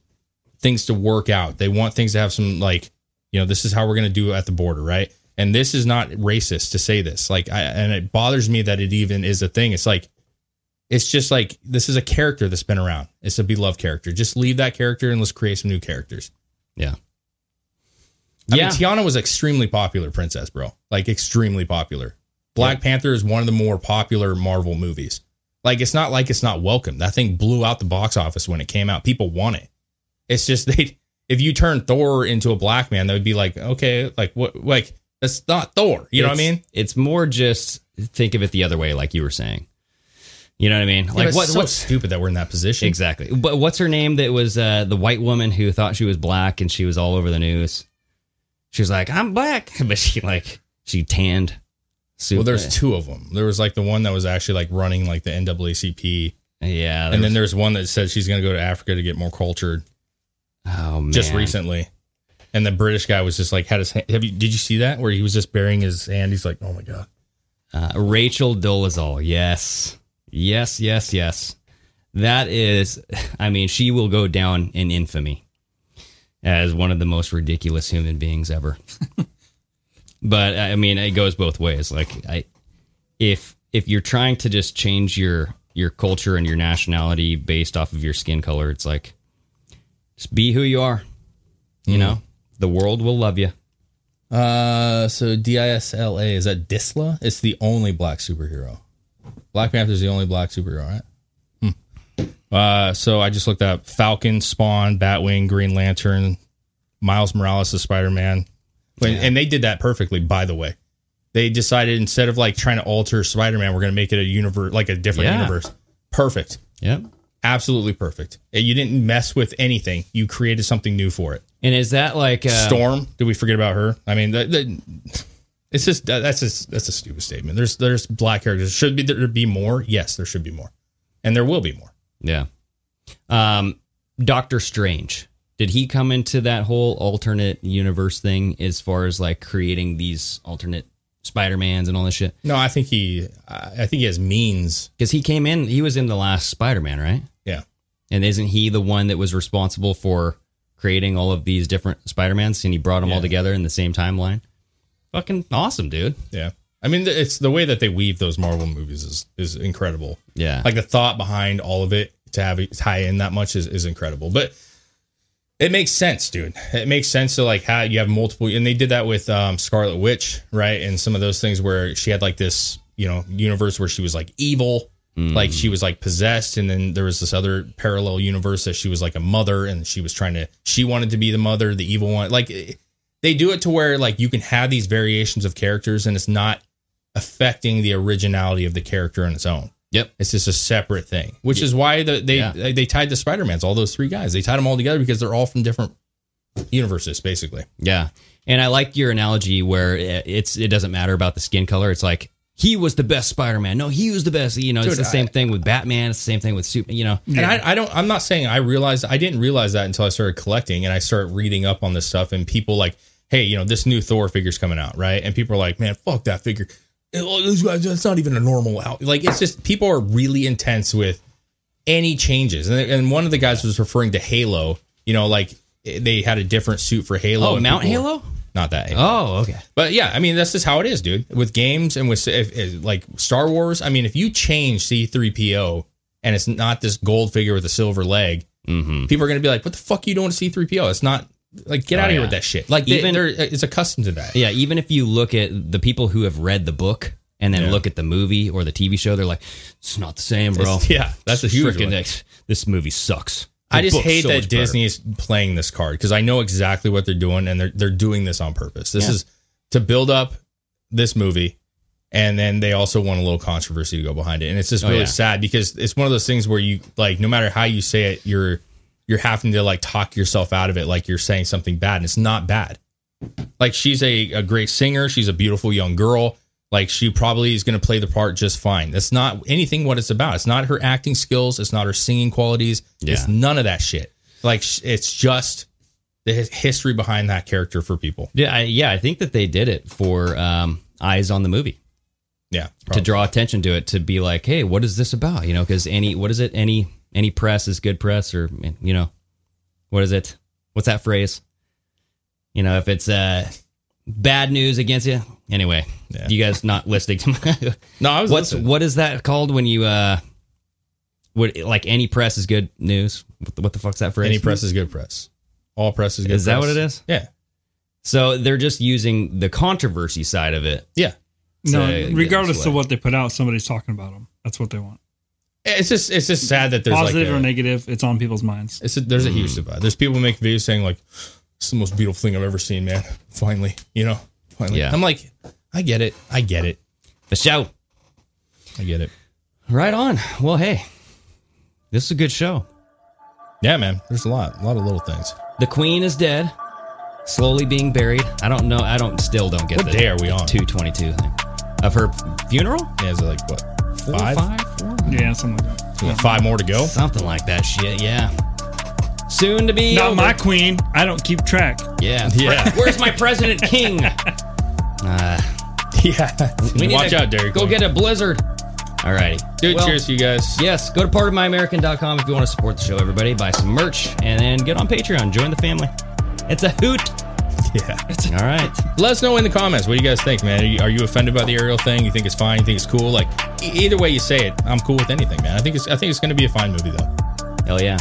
things to work out. They want things to have some like, you know, this is how we're going to do it at the border, right? And this is not racist to say this. Like, I and it bothers me that it even is a thing. It's like, it's just like this is a character that's been around. It's a beloved character. Just leave that character and let's create some new characters.
Yeah.
I
Yeah.
mean, Tiana was extremely popular princess, bro. Like extremely popular. Black Panther is one of the more popular Marvel movies. Like it's not like it's not welcome. That thing blew out the box office when it came out. People want it. It's just they if you turn Thor into a black man, they would be like, okay, like what like that's not Thor. You know what I
It's-
mean?
It's more just think of it the other way, like you were saying. You know what I mean?
Yeah,
Like
but
what?
it's so
what's
stupid that we're in that position?
Exactly. But what's her name? That was uh, the white woman who thought she was black and she was all over the news. She was like, "I'm black," but she like she tanned.
Well, there's two of them. There was like the one that was actually like running like the NAACP.
Yeah.
And then
there's-
there's one that said she's going to go to Africa to get more cultured.
Oh man.
Just recently. And the British guy was just like had his hand. Have you did you see that where he was just burying his hand? He's like, oh my god.
Uh, Rachel Dolezal. Yes. Yes, yes, yes. That is, I mean, she will go down in infamy as one of the most ridiculous human beings ever. but I mean, it goes both ways. Like, I, if if you're trying to just change your your culture and your nationality based off of your skin color, it's like just be who you are.
Mm-hmm.
You know, the world will love you.
Uh, so DISLA is that Disla? It's the only black superhero. Black Panther's the only black superhero, right? Hmm. Uh, so I just looked up Falcon, Spawn, Batwing, Green Lantern, Miles Morales is Spider Man, and they did that perfectly. By the way, they decided instead of like trying to alter Spider Man, we're going to make it a universe, like a different
Yeah.
universe. Perfect,
Yep.
absolutely perfect. You didn't mess with anything. You created something new for it.
And is that like uh,
Storm. Did we forget about her? I mean, the, the, it's just that- that's just that's a stupid statement. There's there's black characters. Should be there be more? Yes, there should be more, and there will be more.
Yeah. Um, Doctor Strange. Did he come into that whole alternate universe thing as far as like creating these alternate Spider Mans and all this shit?
No, I think he I I think he has means.
Because he came in, he was in the last Spider Man, right?
Yeah,
And isn't he the one that was responsible for creating all of these different Spider Mans and he brought them all
Yeah.
together in the same timeline? Fucking awesome, dude.
yeah. I mean, it's the way that they weave those Marvel movies is is incredible.
Yeah.
like the thought behind all of it to have it tie in that much is, is incredible but it makes sense dude it makes sense to like how you have multiple and they did that with um, scarlet witch right and some of those things where she had like this you know universe where she was like evil like she was like possessed and then there was this other parallel universe that she was like a mother and she was trying to she wanted to be the mother the evil one like it- they do it to where like you can have these variations of characters and it's not affecting the originality of the character on its own
Yep.
it's just a separate thing, which is why the, they,
Yeah.
they they tied the Spider Mans, all those three guys. They tied them all together because they're all from different universes, basically.
Yeah. And I like your analogy where it- it's it doesn't matter about the skin color. It's like he was the best Spider-Man. No, he was the best. You know, it's
Dude,
the
I-
same thing with Batman. It's the same thing with Super. You know,
And I, I don't. I'm not saying I realized. I didn't realize that until I started collecting and I started reading up on this stuff. And people like, hey, you know, this new Thor figure's coming out, right? And people are like, man, fuck that figure. It- oh, those guys- That's not even a normal out. Like, it's just people are really intense with any changes. And, and one of the guys was referring to Halo. You know, like eh, they had a different suit for Halo.
Oh,
and
Mount
people were-
Halo?
Not that. Halo.
Oh, okay.
But yeah, I mean, that's just how it is, dude. With games and with if, if- like Star Wars, I mean, if you change C3PO and it's not this gold figure with a silver leg, people are going to be like, what the fuck you doing to C3PO? It's not like, get
Mm-hmm. Oh,
out of here
yeah.
with that shit. Like, they-
Even-
they're, it's accustomed to that.
Yeah, even if you look at the people who have read the book and then
Yeah.
look at the movie or the TV show, they're like, it's not the same, bro.
It's- yeah, that's a huge
Frickin'
one.
This, this movie sucks.
I
The
just
book's
hate
so
that
much better.
Disney is playing this card because I know exactly what they're doing and they're they're doing this on purpose. This
Yeah.
is to build up this movie, and then they also want a little controversy to go behind it. And it's just
Oh,
really
yeah.
sad because it's one of those things where you like no matter how you say it, you're you're having to like talk yourself out of it, like you're saying something bad, and it's not bad. Like she's a, a great singer, she's a beautiful young girl. Like she probably is going to play the part just fine. That's not anything what it's about. It's not her acting skills. It's not her singing qualities. It's
Yeah.
none of that shit. Like sh- it's just the his- history behind that character for people.
Yeah, I, yeah, I think that they did it for um, eyes on the movie.
Yeah,
to draw attention to it, to be like, hey, what is this about? You know, because any what is it? Any any press is good press, or you know, what is it? What's that phrase? You know, if it's uh, bad news against you, anyway. You guys not listening to my
no? I was
what's
listening.
what is that called when you uh, what like any press is good news? What the, what the fuck's that phrase?
Any press is good press. All press is good.
Is that
press.
what it is?
Yeah.
So they're just using the controversy side of it.
Yeah.
No, regardless of what they put out, somebody's talking about them. That's what they want.
It's just it's just sad that there's
Positive
like a-
or negative, it's on people's minds.
It's a, there's a huge
Hmm.
divide. There's people who make videos saying like, "This is the most beautiful thing I've ever seen, man. Finally, you know, finally."
Yeah.
I'm like, I get it, I get it.
The show,
I get it.
Right on. Well, hey, this is a good show.
Yeah, man. There's a lot, a lot of little things.
The Queen is dead, slowly being buried. I don't know. I don't still don't get
What
the
day are we on?
Two twenty two thing of her funeral.
Yeah, is it like what
Four,
five?
five, four?
Yeah, something like that.
We got Five more to go.
Something like that. Shit. Yeah. Soon to be.
Not
over.
my queen. I don't keep track.
Yeah.
Yeah.
Where's my president king? Uh,
yeah.
we need
Watch
to
out, Derek.
Go get a blizzard. All righty.
Dude, cheers to you guys.
Yes, go to partofmyamerican.com if you want to support the show, everybody. Buy some merch and then get on Patreon. Join the family. It's a hoot.
Yeah.
All right.
Let us know in the comments. What do you guys think, man? Are you, are you offended by the aerial thing? You think it's fine? You think it's cool? Like e- either way you say it, I'm cool with anything, man. I think it's I think it's going to be a fine movie though.
Hell yeah.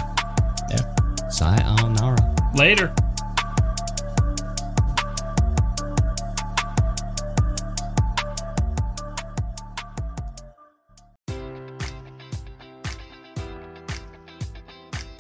Yeah.
Sayonara.
Later.